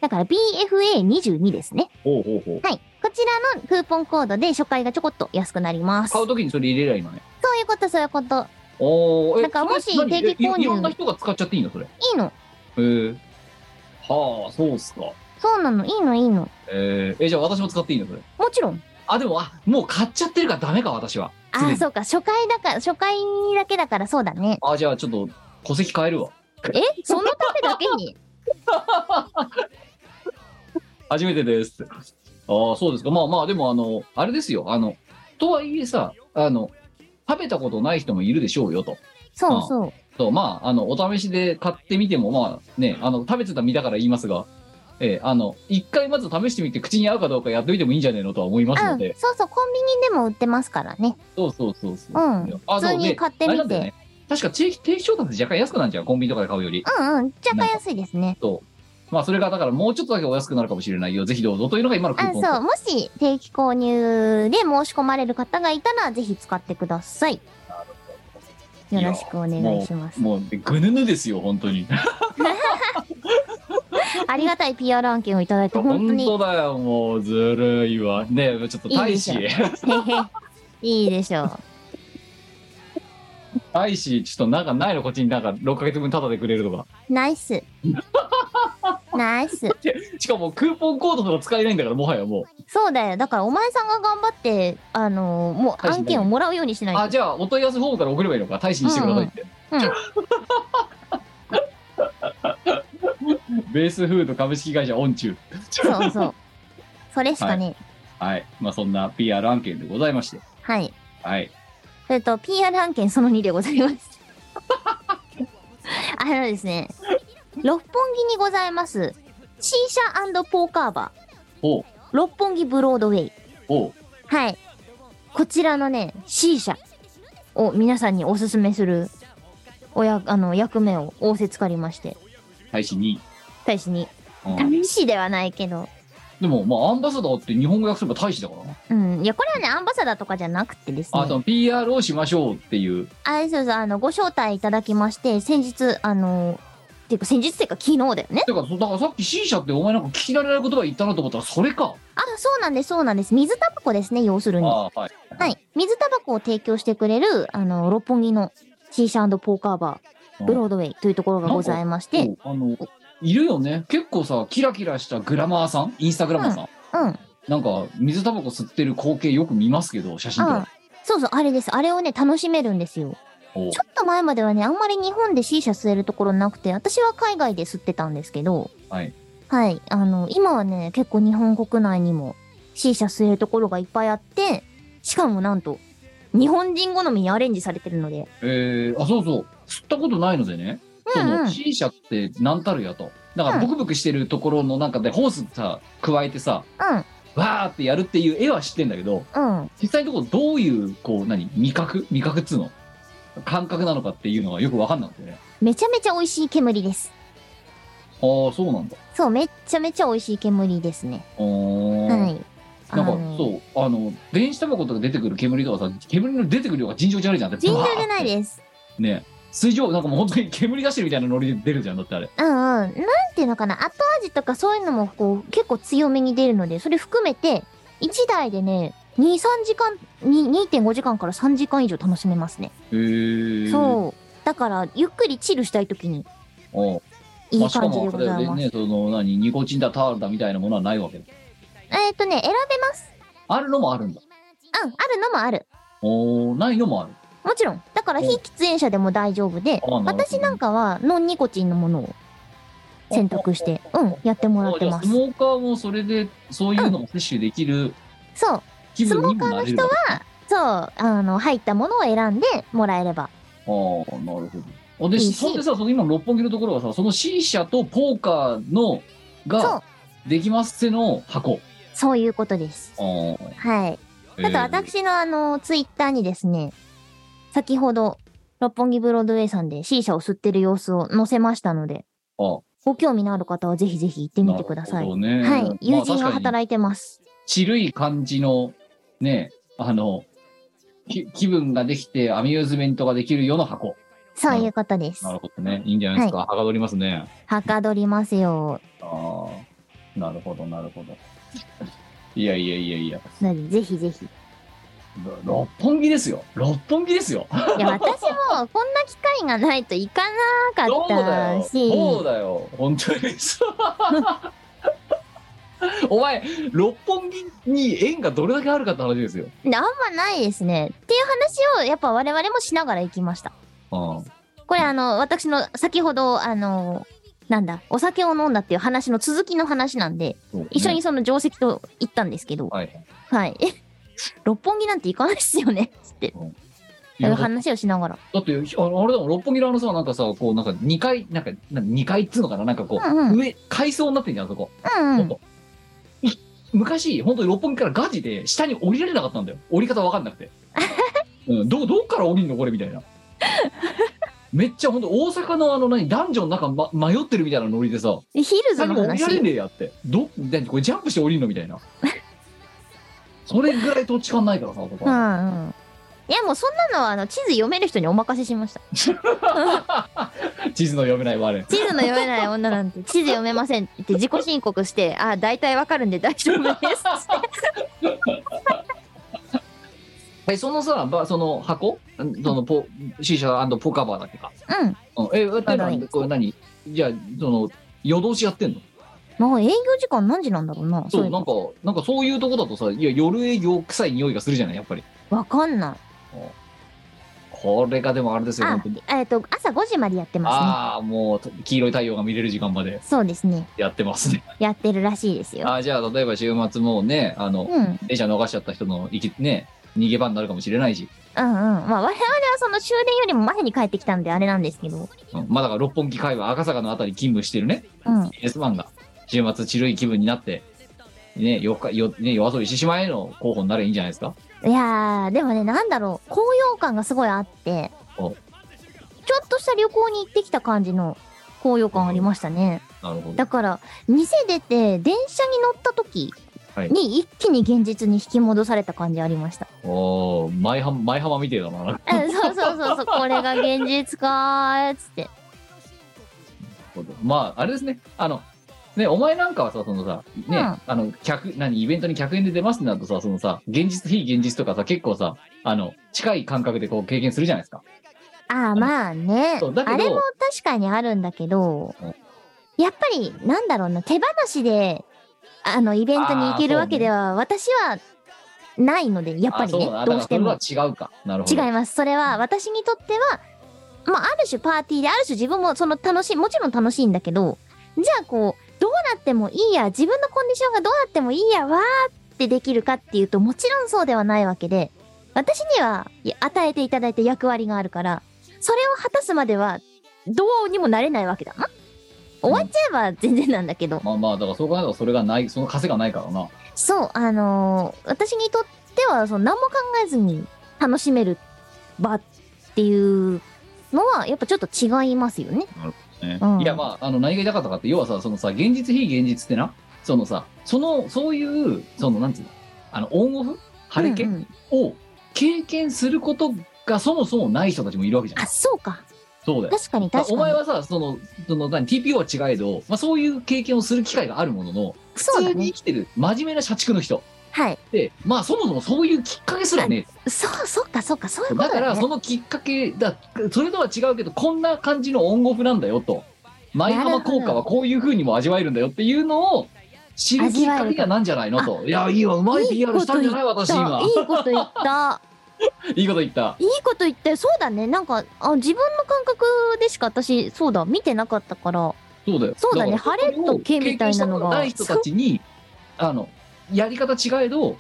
だから BFA22 ですね。おうほうほう。はい。こちらのクーポンコードで初回がちょこっと安くなります。買そうときにそれ入れりゃいいのね。ういうこと、そういうこと。おーえ、だからもしそれ何定期購入えいいろんな人が使っちゃっていいのそれ。へいいの。え。はあ、そうっすか。そうなの、いいの、いいの。えーえじゃあ私も使っていいのそれもちろん。あでもあもう買っちゃってるからダメか私はああ、うそうか。初回だから、初回だけだからそうだね。あじゃあちょっと戸籍変えるわえそのためだけ に初めてですああそうですかまあまあでもあのあれですよあのとはいえさあの食べたことない人もいるでしょうよとそうそう。とまああのお試しで買ってみてもまあねあの食べてた身だから言いますがえーあの一回まず試してみて口に合うかどうかやってみてもいいんじゃねえのとは思いますうのんで、。そうそう。コンビニでも売ってますからね。そうそうそうそううんあ普通そうにで買ってあみてれなんだよね確か定期定期調達で若干安くなんじゃんコンビニとかで買うよりうんうん。若干安いですね。まあそれがだからもうちょっとだけお安くなるかもしれないよ。ぜひどうぞというのが今のクあーポンコーそうもし定期購入で申し込まれる方がいたらぜひ使ってくださいよろしくお願いしますド。もうぐぬぬですよ、本当 に。ありがたい PR 案件をいただいて本当に 本当だよ、もうずるいわ。ねえ、ちょっと大使、いいでへへいいでしょう大使、ちょっとなんかないの、こっちになんか6ヶ月分タダでくれるとか。ナイスナイス。しかもクーポンコードとか使えないんだから、もはやもそうだよ。だからお前さんが頑張って、あのーもう大使案件をもらうようにしう。ないあ、と。じゃあ、お問い合わせフォームから送ればいいのか、大使にしてくださいって。 ベースフード株式会社オンチュうん、そうそう。それしかね。はい。まあ、そんな PR 案件でございまして。はい。はい。それと PR 案件その2でございます。 あのですね、六本木にございます、シーシャポーカーバー、おう、六本木ブロードウェイ。おう、はい。こちらのね、シーシャを皆さんにおすすめするおやあの役目を仰せつかりまして、大使に。大使に。うん、大使ではないけど、でも、まあ、アンバサダーって日本語訳すれば大使だからな。うん。いや、これはね、アンバサダーとかじゃなくてですね。あ、その PR をしましょうっていう。あれそうそう、あの、ご招待いただきまして、先日、あの、ていうか先日っていうか昨日だよね。てか、そだからさっき C 社ってお前なんか聞き慣れない言葉言ったなと思ったら、それか。あ、そうなんです、そうなんです。水タバコですね、要するに。はあはい。い。水タバコを提供してくれる、あの、六本木のシーシャポーカーバうー、んブロードウェイというところがございまして、そうあの、いるよね。結構さ、キラキラしたグラマーさん、インスタグラマーさん。うん。なんか、水タバコ吸ってる光景よく見ますけど、写真とあか。そうそう、あれです。あれをね、楽しめるんですよ。おうちょっと前まではね、あんまり日本で C 社吸えるところなくて、私は海外で吸ってたんですけど、はい。はい。あの、今はね、結構日本国内にも C 社吸えるところがいっぱいあって、しかもなんと、日本人好みにアレンジされてるので、えー、あ、そうそう。吸ったことないのでね。うんうんその C 社って何たるやと。だから、うんブクブクしてるところの中でホースさ、加えてさ、うわーってやるっていう絵は知ってんだけど、ん、うん。実際のところどういう、こう、何味覚味覚っつうの感覚なのかっていうのがよくわかんなくてね。めちゃめちゃ美味しい煙です。ああ、そうなんだ。そう、めっちゃめちゃ美味しい煙ですね。あーはい。なんかあのそうあの電子タバコとか出てくる煙とかさ煙の出てくる量が尋常じゃないじゃんだって尋常じゃないです。すね水蒸なんかもう本当に煙出してるみたいなノリで出るじゃんだってあれうんうん。なんていうのかな、後味とかそういうのもこう結構強めに出るので、それ含めて、1台でね、2、3時間、に2.5時間から3時間以上楽しめますね。へえそう。だから、ゆっくりチルしたいときにういまいあ、しか感じでもごあざれいだます。よねその何ニコチンだタールだみたいなものはないわけだえっ、とね、選べます。あるのもあるんだうん、あるのもある。おーないのもあるもちろん。だから、お非喫煙者でも大丈夫であなるほど、ね私なんかはノンニコチンのものを選択して、うん、やってもらっあじてゃあまスす。モーカーもそれでそういうのを摂取できるそう。気ス分モにーもカーのなれる人は、そう、あの、入ったものを選んでもらえれば。はああなるほどあでいいしそんでさその今の六本木のところはさその C 社とポーカーのそがう。できますせの箱そういうことです。あはい。ああと、私のあの、ツイッターにですね、先ほど、六本木ブロードウェイさんで C 社を吸ってる様子を載せましたので、あご興味のある方はぜひぜひ行ってみてくださない。るはほどねい。友人いがて。働いてます。ちるい感じの、ね、あの、き気分ができて、アミューズメントができるような箱。そういうことですな。るほどね。いいんじゃないですか。はかどりますね。はかどりますよ。ああ、なるほど、なる ほど。いやいやいやいや、なので、ぜひぜひ。いろ六本木ですよ。六本木ですよ。や、私もこんな機会がないといかなかそうっだたよ。し、そうだよ。本当に。 お前、六本木に縁がどれだけあるかって話ですよ。であんまないですね。っていう話を、やっぱ我々もしながら行きました。うん。これあの、私の先ほど、あの、なんだ、お酒を飲んだっていう話の続きの話なんで、そうね一緒に。その定石と行ったんですけど、はい。はい。 え六本木なんて行かないっすよねつって、いや話をしながら。だってひあのあれだもん六本木のあのさなんかさこうなんか二階なんかなんか2階っつうのかななんかこう、うんうん上階層になってんじゃんそこ、うんうん。ほんとい昔本当に六本木からガチで下に降りられなかったんだよ降り方わかんな くて、うん、どどっから降りんのこれみたいなめっちゃ本当大阪のあの何男女の中、ま、迷ってるみたいなノリでさえヒル下ズのに降りられ話。ねえやってどだってこれジャンプして降りんのみたいな それぐらい土地勘ないからさここうはんうん。いやもうそんなのはあの地図読める人にお任せしました。地図の読めない我地図の読めない女なんて地図読めませんって言って自己申告して、あ、大体わかるんで大丈夫です って。えそのさ、ばその箱んそのポ、シーシャポーカーバーだっけか。うん。うん、え、だってはないこれ何じゃあ、その、夜通しやってんのまあ、営業時間何時なんだろうな。そう、いえなんばか、なんかそういうとこだとさ、いや、夜営業臭い匂いがするじゃない、やっぱり。わかんない。これがでもあれですよ、あ本当に。えっ、と、朝5時までやってまああ、もう黄色い太陽が見れる時間まですね。そうですね。やってますね。やってるらしいですよ。あーじゃあ、例えば週末もうね、あの、うん。うんうん。電車逃しちゃった人の行き、ね、逃げ場になるかもしれないし、まあ、我々はその終電よりも前に帰ってきたんであれなんですけど。うんまあだから六本木界隈、赤坂のあたり勤務してるね、うん。 S1 が、週末、ちるい気分になって、ね、夜か夜ね夜遊びしてしまえの候補になればいいんじゃないですか。いやー、でもね、なんだろう、高揚感がすごいあって、ちおょっとした旅行に行ってきた感じの高揚感ありましたね。なるほどだ。から、店出て、電車に乗った時はいに一気に現実に引き戻された感じありました。おー前浜、前浜みてえだな。なるうんそうそうそうそう、これが現実かーっつって。ほど。まあ、あれですね、あの、ね、お前なんかはさ、そのさ、ね、うんあの、客、何、イベントに客演で出ますってなるとさ、そのさ、現実、非現実とかさ、結構さ、あの、近い感覚でこう経験するじゃないですか。ああ、まあね。そうだけどあれも確かにあるんだけどうん、やっぱり、なんだろうな、手放しで、あの、イベントに行けるわけでは、私は、ないので、やっぱりあねそうだ、どうしてもだ。からそれは違うか。なるほ違いど。ます。それは、私にとっては、まあ、ある種パーティーで、ある種自分も、その楽しい、もちろん楽しいんだけど、じゃあこう、どうなってもいいや、自分のコンディションがどうなってもいいや、わーってできるかっていうと、もちろんそうではないわけで、私には、いや与えていただいた役割があるから、それを果たすまでは、どうにもなれないわけだな。終わっちゃえば全然なんだけど。まあまあ、だからそう考えたらそれがない、その稼がないからな。そう、あのー私にとっては、その何も考えずに楽しめる場っていうのは、やっぱちょっと違いますよね。ねうんいやまああの何が言いたかったかって要はさそのさ現実非現実ってなそのさそのそういうそのなんつうのあのオンオフ晴れ気うんうんを経験することがそもそもない人たちもいるわけじゃんあ、。そうか。そうだよ。確かにまあ確かお前に。はさそのその何 TPO は違えど、まあ、そういう経験をする機会があるものの普そう通だにね生。きてる真面目な社畜の人はい。でまあそもそもそういうきっかけすらねそう、そうか、そうか、そういうこだとだ、かね。らそのきっかけだそれとは違うけどこんな感じのオンオフなんだよと舞浜効果はこういうふうにも味わえるんだよっていうのを知るきっかけにはなんじゃないのといやいいわうまい PR したんじゃない私だ今いいこと言った。いいこと言ったいいこと言って、そうだね。なんか、あ自分の感覚でしか私、そうだ、見てなかったから。そうだよそうだねから晴れと毛みたいな経験したこのがとない人たちにあのやり方違えど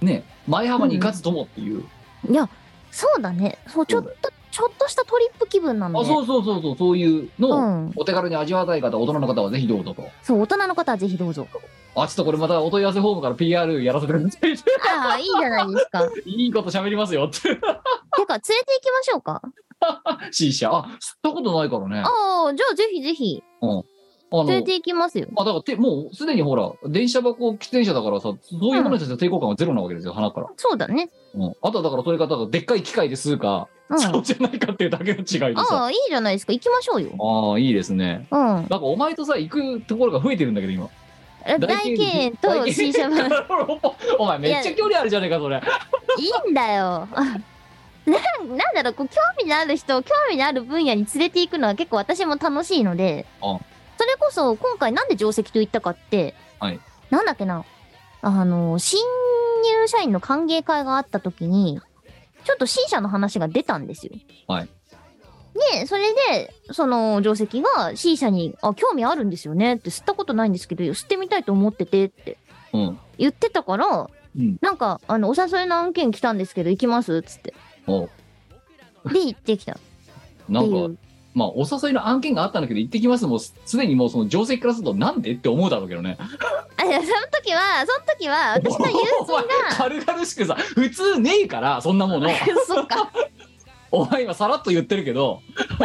ね舞浜に勝つともっていう、いや、そうだね。そう、ちょっと、ちょっとしたトリップ気分なんで。あそうそうそうそうそういうのをうん。お手軽に味わいたい方大人の方はぜひどうぞとそう、大人の方はぜひどうぞ。あちょっとこれまたお問い合わせフォームから PR やらせてくださいああ、いいじゃないです か。てか、連れていいこと喋りますよって。 行きましょうか。 C 社。あ、吸ったことないからね。ああ、じゃあぜひぜひ、あの、連れて行きますよ。まあだからて、もうすでにほら、電車箱、喫煙車だからさ、そういうものに対しての抵抗感はゼロなわけですよ、鼻から。そうだね。うん。あとはだからそれが、だからでっかい機械で吸うか、うん。そうじゃないかっていうだけの違いであさ。あ、いいじゃないですか。行きましょうよ。ああ、いいですね。うん。なんかお前とさ、行くところが増えてるんだけど、今。え大敬遠と新車版。 お前めっちゃ距離あるじゃねえか、それ。いいんだよ。 なんなんだろうこう興味のある人を興味のある分野に連れて行くのは結構私も楽しいのであそれこそ今回なんで定石と言ったかって、はいなんだっけなあの新入社員の歓迎会があった時にちょっと C 社の話が出たんですよ。はいでそれでその定石が C 社にあ「興味あるんですよね」って吸ったことないんですけど吸ってみたいと思っててってうん。言ってたから、うんなんかあのお誘いの案件来たんですけど行きますっつっておで行ってきたってないんか、うまあ、お誘いの案件があったんだけど、行ってきますも、すでにもうその定石からすると、なんでって思うだろうけどね。あいやその時はその時は私の友人が 軽々しくさ普通ねえからそんなも のそっかお前今さらっと言ってるけど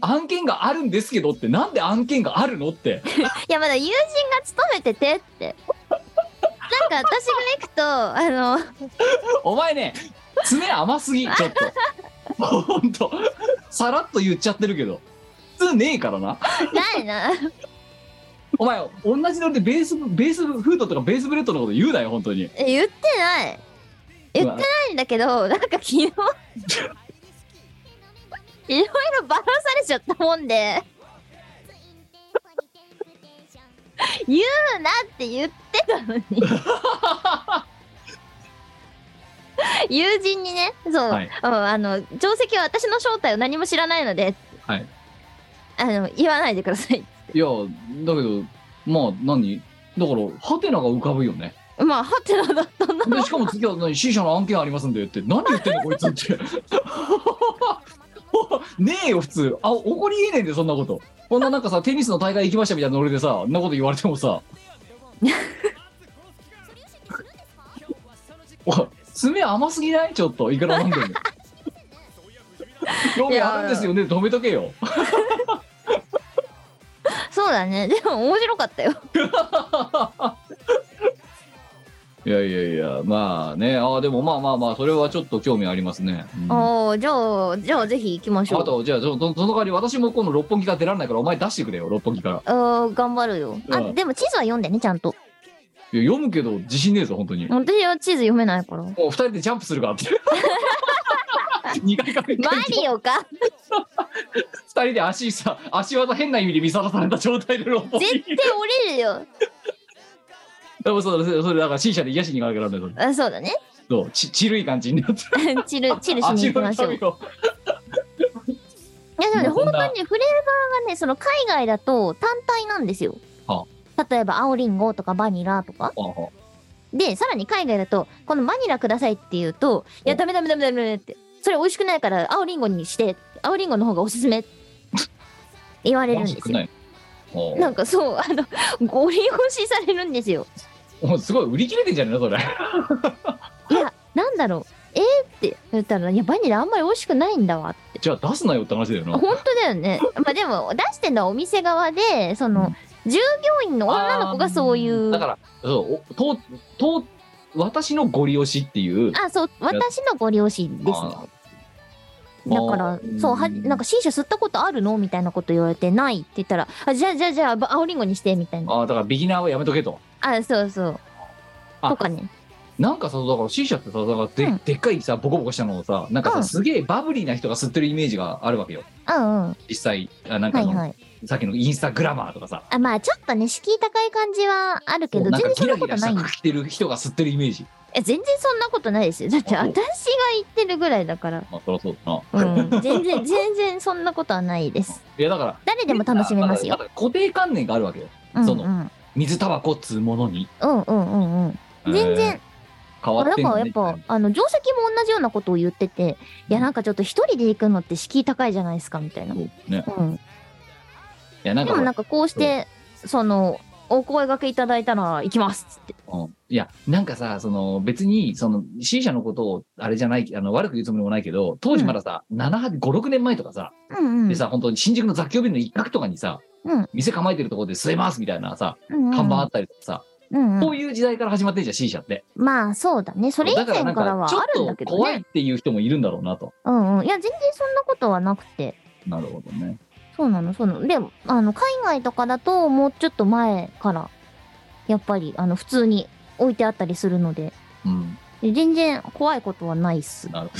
案件があるんですけどってなんで案件があるのっていやまだ友人が勤めててってなんか私が行くとあのお前ね爪甘すぎちょっとほんとさらっと言っちゃってるけど普通ねえからなないなお前同じのでベースベースフードとかベースブレッドのこと言うなよ本当に言ってない言ってないんだけどなんか昨日いろいろバラされちゃったもんで言うなって言ってたの に友人にねそう、はいうんあの定石は私の正体を何も知らないので、はいあの言わないでくださいいや、だけど、まあ、何だから、ハテナが浮かぶよね。まあハテナだったなで、しかも次は何 C 社の案件ありますんでって、何言ってんのこいつって。 ねえよ、普通。あ、怒りえねえんで、そんなこと。こんななんかさ、テニスの大会行きましたみたいなノリでさ、そんなこと言われてもさ。お爪甘すぎないちょっと、いくらなんでも。興味あるんですよね、止めとけよ。そうだねでも面白かったよいやいやいや、まあね、ああ、でもまあまあまあ、それはちょっと興味ありますね。うんおーじゃあじゃあぜひ行きましょうあと、じゃあ、そのその代わり私も今度六本木から出られないから、お前出してくれよ、六本木から。あー頑張るよあ、うんでも地図は読んでねちゃんといや読むけど、自信ねえぞ、本当に。もう私は地図読めないから二人でジャンプするからって。 二回かけマリオか二人で足さ、足技変な意味で見さらされた状態で六本 絶木。対折れるよでもそうだ、それそれだから C 社で癒しに行かなきゃなんだよ。あそう だねそう、ち、ちるい感じになって。チルチルしに行きましょうい足の痛やでもねもうこん本な当にねフレーバーがねその海外だと単体なんですよは例えば青リンゴとかバニラとかみをああでさらに海外だとこのバニラくださいって言うといやおダメダメダメダメダメってそれ美味しくないから青リンゴにして青リンゴの方がおすす めって言われるんマですジよくないおなんかそう、あの、ご利用しされるんですよ。おすごい売り切れてんじゃねえのそれいや、なんだろう。えー、って言ったら、いや、バニラあんまり美味しくないんだわ。じゃあ出すなよって話だよな本当だよね。まあでも、出してるのはお店側で、その、従業員の女の子がそういうだ、からそうおとと私のご利用しっていうあ、そう、私のご利用しですね。あだからあー、そう、は、なんか、新車吸ったことあるのみたいなこと言われて、ないって言ったら、あ、じゃあ、じゃあ、じゃあ、ば青りんごにして、みたいな。ああだからビギナーはやめとけとあ、そうそう。あとかね。なんかさだから C 社ってさだからで,、うんでっかいさボコボコしたのをさなんかさ、うんすげえバブリーな人が吸ってるイメージがあるわけようんうん。実際あなんはかいの、はい。さっきのインスタグラマーとかさあ、まあ、ちょっとね、敷居高い感じはあるけど、な全んか然そギラギんなこラとしなたいん着てる人が吸ってるイメージえ全然そんなことないですよだってあそう私が言ってるぐらいだから、まあそりゃそうだな、うん、全然全然そんなことはないですいやだから誰でも楽しめますよだから固定観念があるわけようんうそんのうん水タバコっつうものにうんうんうん全然、えー変わあっだてかんのらねやっぱあの定石も同じようなことを言ってていやなんかちょっと一人で行くのって敷居高いじゃないですかみたいな、そうねうん、いやなんでかもほらなんかこうしてそのお声掛けいただいたら行きますっつってうんいや、なんかさ、その別に、その C 社のことを、あれじゃない、あの悪く言うつもりもないけど、当時まださ、7、5、6年前とかさ、うんうんでさ、本当に新宿の雑居ビルの一角とかにさ、うん店構えてるところで吸えますみたいなさ、うんうん看板あったりとかさ、うんうそんういう時代から始まってんじゃん、C 社って。まあそうだねそれ以前だかからなんはか、ちょあるんだっとけど怖いっねていう人もいるんだろうなと。うんうんいや全然そんなことはなくてなるほどね。そうなの、そうなの。で、あの、海外とかだと、もうちょっと前から、やっぱり、あの、普通に置いてあったりするので、うん、で全然怖いことはないっす。なるほ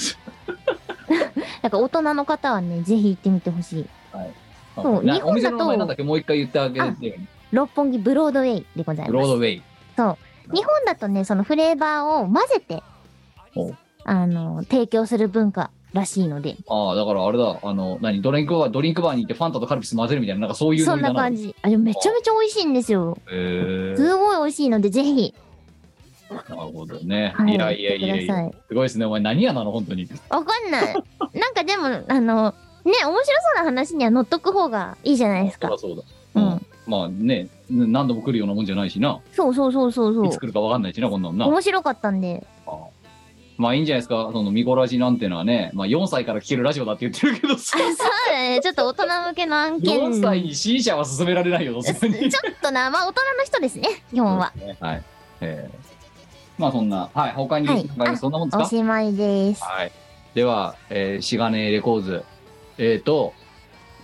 だから、大人の方はね、ぜひ行ってみてほしい。ど。そうな日本だとお店の名前なんだっけもう一回言ってあげてよ、六本木ブロードウェイでございブローまドウす。ェイ。日本だとね、そのフレーバーを混ぜてお、あの、提供する文化らしいので、ああ、だからあれだ、あの、何、ドリンクバー、ドリンクバーに行ってファンタとカルピス混ぜるみたいな、なんかそういうそノんリだなな感じ。あ、でもめちゃめちゃ美味しいんですよ。へーすごい美味しいので、ぜひ、なるほどね。、はいい、やいや行っいやいてくだやさ。い。すごいですね。お前何やなの本当に。わかんない。なんかでも、あの、ね、面白そうな話には乗っとく方がいいじゃないですそかりゃ。そうだ。うん。まあね、ん何度も来るようなもんじゃないしな。そうそうそうそういそつう。来るかわかんないしな、こんなのな。面白かったんで。まあいいんじゃないですか。そのミコラジなんてのはね、まあ4歳から聞けるラジオだって言ってるけどさ あ、。そうだね。ちょっと大人向けの案件。 4歳に C 社は勧められないよ、さすがに。ちょっとな、まあ大人の人ですね、基本は。はい。 えーまあそんな、はい。他に、はい他にそんなもんですおかしまいです。はい。では、えー、しがねレコーズ。えっ、と、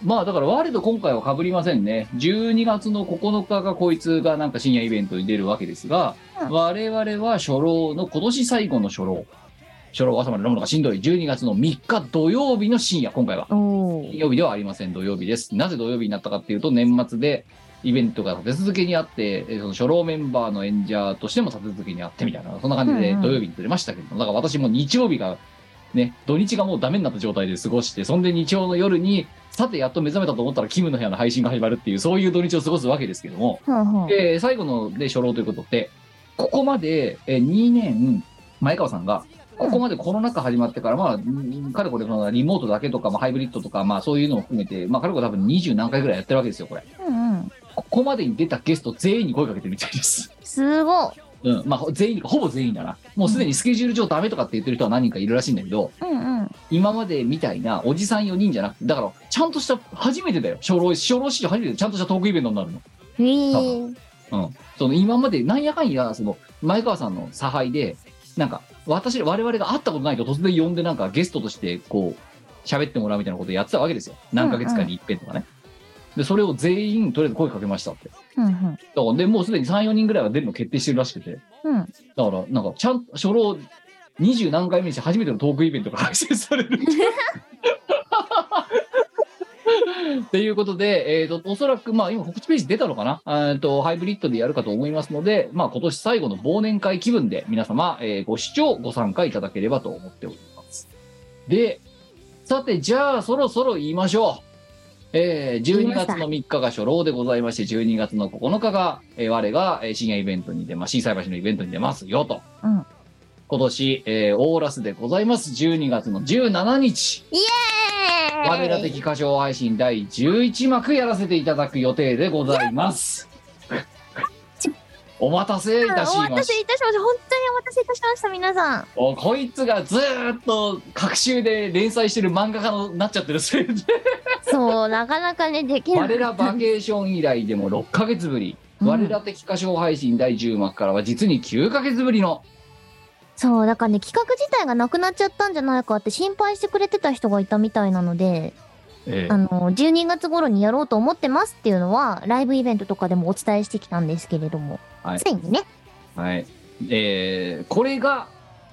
まあだから、ワールド今回は被りませんね。12月の9日がこいつがなんか深夜イベントに出るわけですが、うん我々は初老の今年最後の初老。初老朝まで飲むのがしんどい。12月の3日土曜日の深夜、今回は。おお金。曜日ではありません。土曜日です。なぜ土曜日になったかっていうと、年末で、イベントが立て続けにあって、えーその初老メンバーの演者としても立て続けにあってみたいな、そんな感じうでんうん土曜日にずれましたけど、だから私も日曜日が、ね、土日がもうダメになった状態で過ごして、そんで日曜の夜に、さてやっと目覚めたと思ったら、キムの部屋の配信が始まるっていう、そういう土日を過ごすわけですけども、ほうほう。で、最後ので初老ということで、ここまでえー2年、前川さんが、ここまでコロナ禍始まってから、まあ、うんかれこれ、そのリモートだけとか、まあ、ハイブリッドとか、まあ、そういうのも含めて、まあ、かれこれ多分20何回ぐらいやってるわけですよ、これ。うんうん。ここまでに出たゲスト全員に声かけてるみたいです。 すごうん。まあ、ほ全員、ほぼ全員だな。もうすでにスケジュール上ダメとかって言ってる人は何人かいるらしいんだけど、い。うんうん。今までみたいなおじさん4人じゃなくて、だから、ちゃんとした、初めてだよ。初老、初老史上初めてちゃんとしたトークイベントになるの。へえ多うん、その今までなんやかんやその前川さんの差配でなんか私我々が会ったことないと突然呼んでなんかゲストとしてこう喋ってもらうみたいなことをやってたわけですよ何ヶ月かに一遍とかね、でそれを全員とりあえず声かけましたってだかうんうん。らでもうすでに34人ぐらいは出るの決定してるらしくてうん。だからなんかちゃんと初老二十何回目にして初めてのトークイベントが開催されるっていうっていうことで、えー、とおそらく、まあ、今告知ページ出たのかなえーとハイブリッドでやるかと思いますので、まあ、今年最後の忘年会気分で皆様、えーご視聴ご参加いただければと思っておりますでさてじゃあそろそろ言いましょうえー、言い12ま月したの3日が初老でございまして12月の9日が、えー我がえー深夜イベントに出ます心斎橋のイベントに出ますよと今年、えーオーラスでございます12月の17日えー我ら的歌唱配信第11幕やらせていただく予定でございますち お待たせいたしお待またせしいたしました。本当にお待たせいたしました、皆さん。たおこいつがずーっと隔週で連載してる漫画家になっちゃってるせいでそう、なかなかね、できない。我らバケーション以来でも6ヶ月ぶりうん我ら的歌唱配信第10幕からは実に9ヶ月ぶりのそう、だからね、企画自体がなくなっちゃったんじゃないかって心配してくれてた人がいたみたいなので、えあの、12月頃にやろうと思ってますっていうのは、ライブイベントとかでもお伝えしてきたんですけれども、はいついにね、はい。えー、これが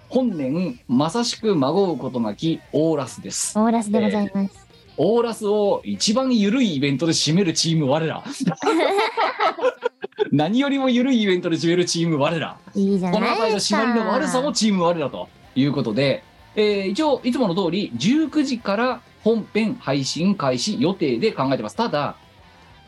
本年まさしくまごうことなきオーラスです。オーラスでございます。オーラスを一番ゆるいイベントで締めるチーム我ら。何よりもゆるいイベントで締めるチーム我ら。いいじゃこのない辺りのです締か。まりの悪さもチーム我らということで、えー一応いつもの通り19時から本編配信開始予定で考えてます。ただ、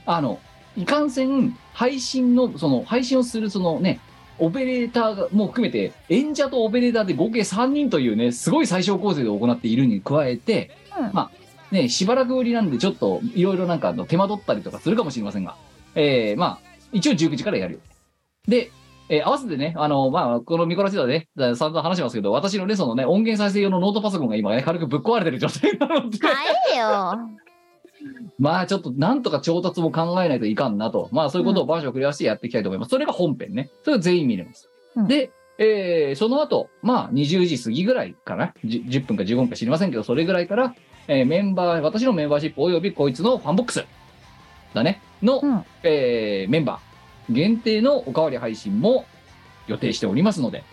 あの、いかんせん配信の、その配信をするそのね、オペレーターがも含めて演者とオペレーターで合計3人というね、すごい最小構成で行っているに加えて、うんまあね、しばらく売りなんでちょっといろいろなんかあの手間取ったりとかするかもしれませんが、えーまあ一応19時からやるよ。で、えー合わせてね、あの、まあ、このミコラチダで、ね、散々話してますけど、私のね、そのね、音源再生用のノートパソコンが今ね、軽くぶっ壊れてる状態なので、買えよ。まあ、ちょっと、なんとか調達も考えないといかんなと、まあ、そういうことをバージョンをクリアしてやっていきたいと思います。それが本編ね。それが全員見れます。うんで、えーその後、まあ、20時過ぎぐらいかな。じゅ 10, 分か15分か知りませんけど、それぐらいから、えーメンバー、私のメンバーシップおよびこいつのファンボックスだね、の、うんえーメンバー限定のおかわり配信も予定しておりますので、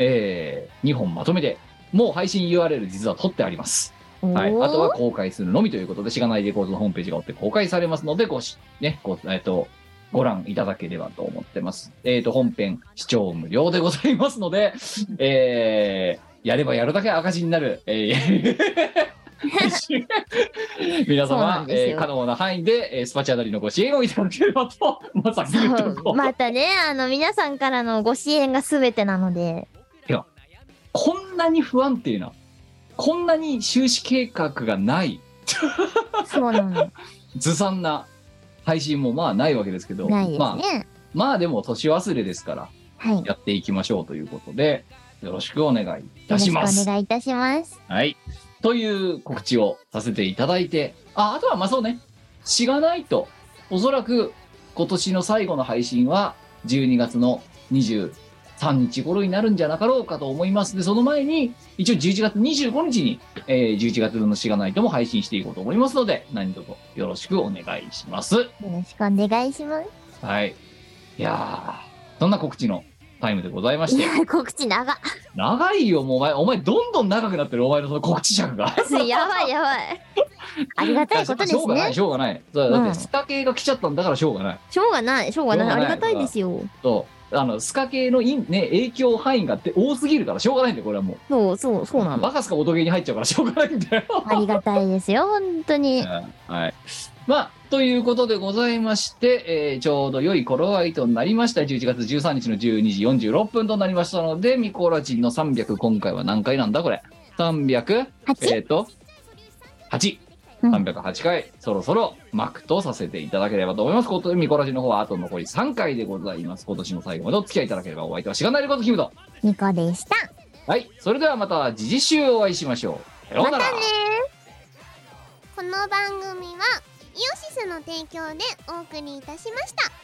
え2本まとめて、もう配信 URL 実は取ってあります。はい、おーあとは公開するのみということで、しがないレコードのホームページがおって公開されますので、ごし、ね、ご、えっと、ご覧いただければと思ってます。えっ、と、本編視聴無料でございますの で、えー、やればやるだけ赤字になる、え ー皆そうな様ん、ですよえー可能な範囲で、えースパチャなりのご支援をいただければと、まさに言っとこうまたね、あの、皆さんからのご支援が全てなので、こんなに不安定な、こんなに収支計画がない、そうなの。ずさんな配信もまあないわけですけど、ないですまあ、ね。まあでも年忘れですからはい。やっていきましょうということでよろしくお願いいよたろししくますお。願いいたします。 はい。という告知をさせていただいて、あ、あとはまあそうね、しがないと、おそらく今年の最後の配信は12月の23日頃になるんじゃなかろうかと思います。で、その前に、一応11月25日に、えー11月分のしがないとも配信していこうと思いますので、何卒よろしくお願いします。よろしくお願いします。はい。いやー、そんな告知のタイムでございま して。告知長っ。長いよ、もうお前、お前、どんどん長くなってる、お前のその告知尺が。やばいやばい。ありがたいことでしょすうがない、ね。しょうがない。そうだっうんて、スカ系が来ちゃったんだからしょうがない。しょうがない、しょうがない。ありがたいですよ。そう。あの、スカ系のイン、ね、影響範囲がって多すぎるからしょうがないんだよ、これはもう。そうそう、そうなの。バカすか音ゲーに入っちゃうからしょうがないんだよ。ありがたいですよ、本当に。はい。まあ、ということでございまして、えーちょうど良い頃合いとなりました。11月13日の12時46分となりましたので、ミコラチンの300、今回は何回なんだこれ。300、え 8? っ、と、8。うん308回、そろそろ幕とさせていただければと思います。ことで、ミコラジの方はあと残り3回でございます。今年の最後までお付き合いいただければお相手はしがないことキムと。ニコでした。はい。それではまた次々週お会いしましょう。さようまなたら。ねこの番組はイオシスの提供でお送りいたしました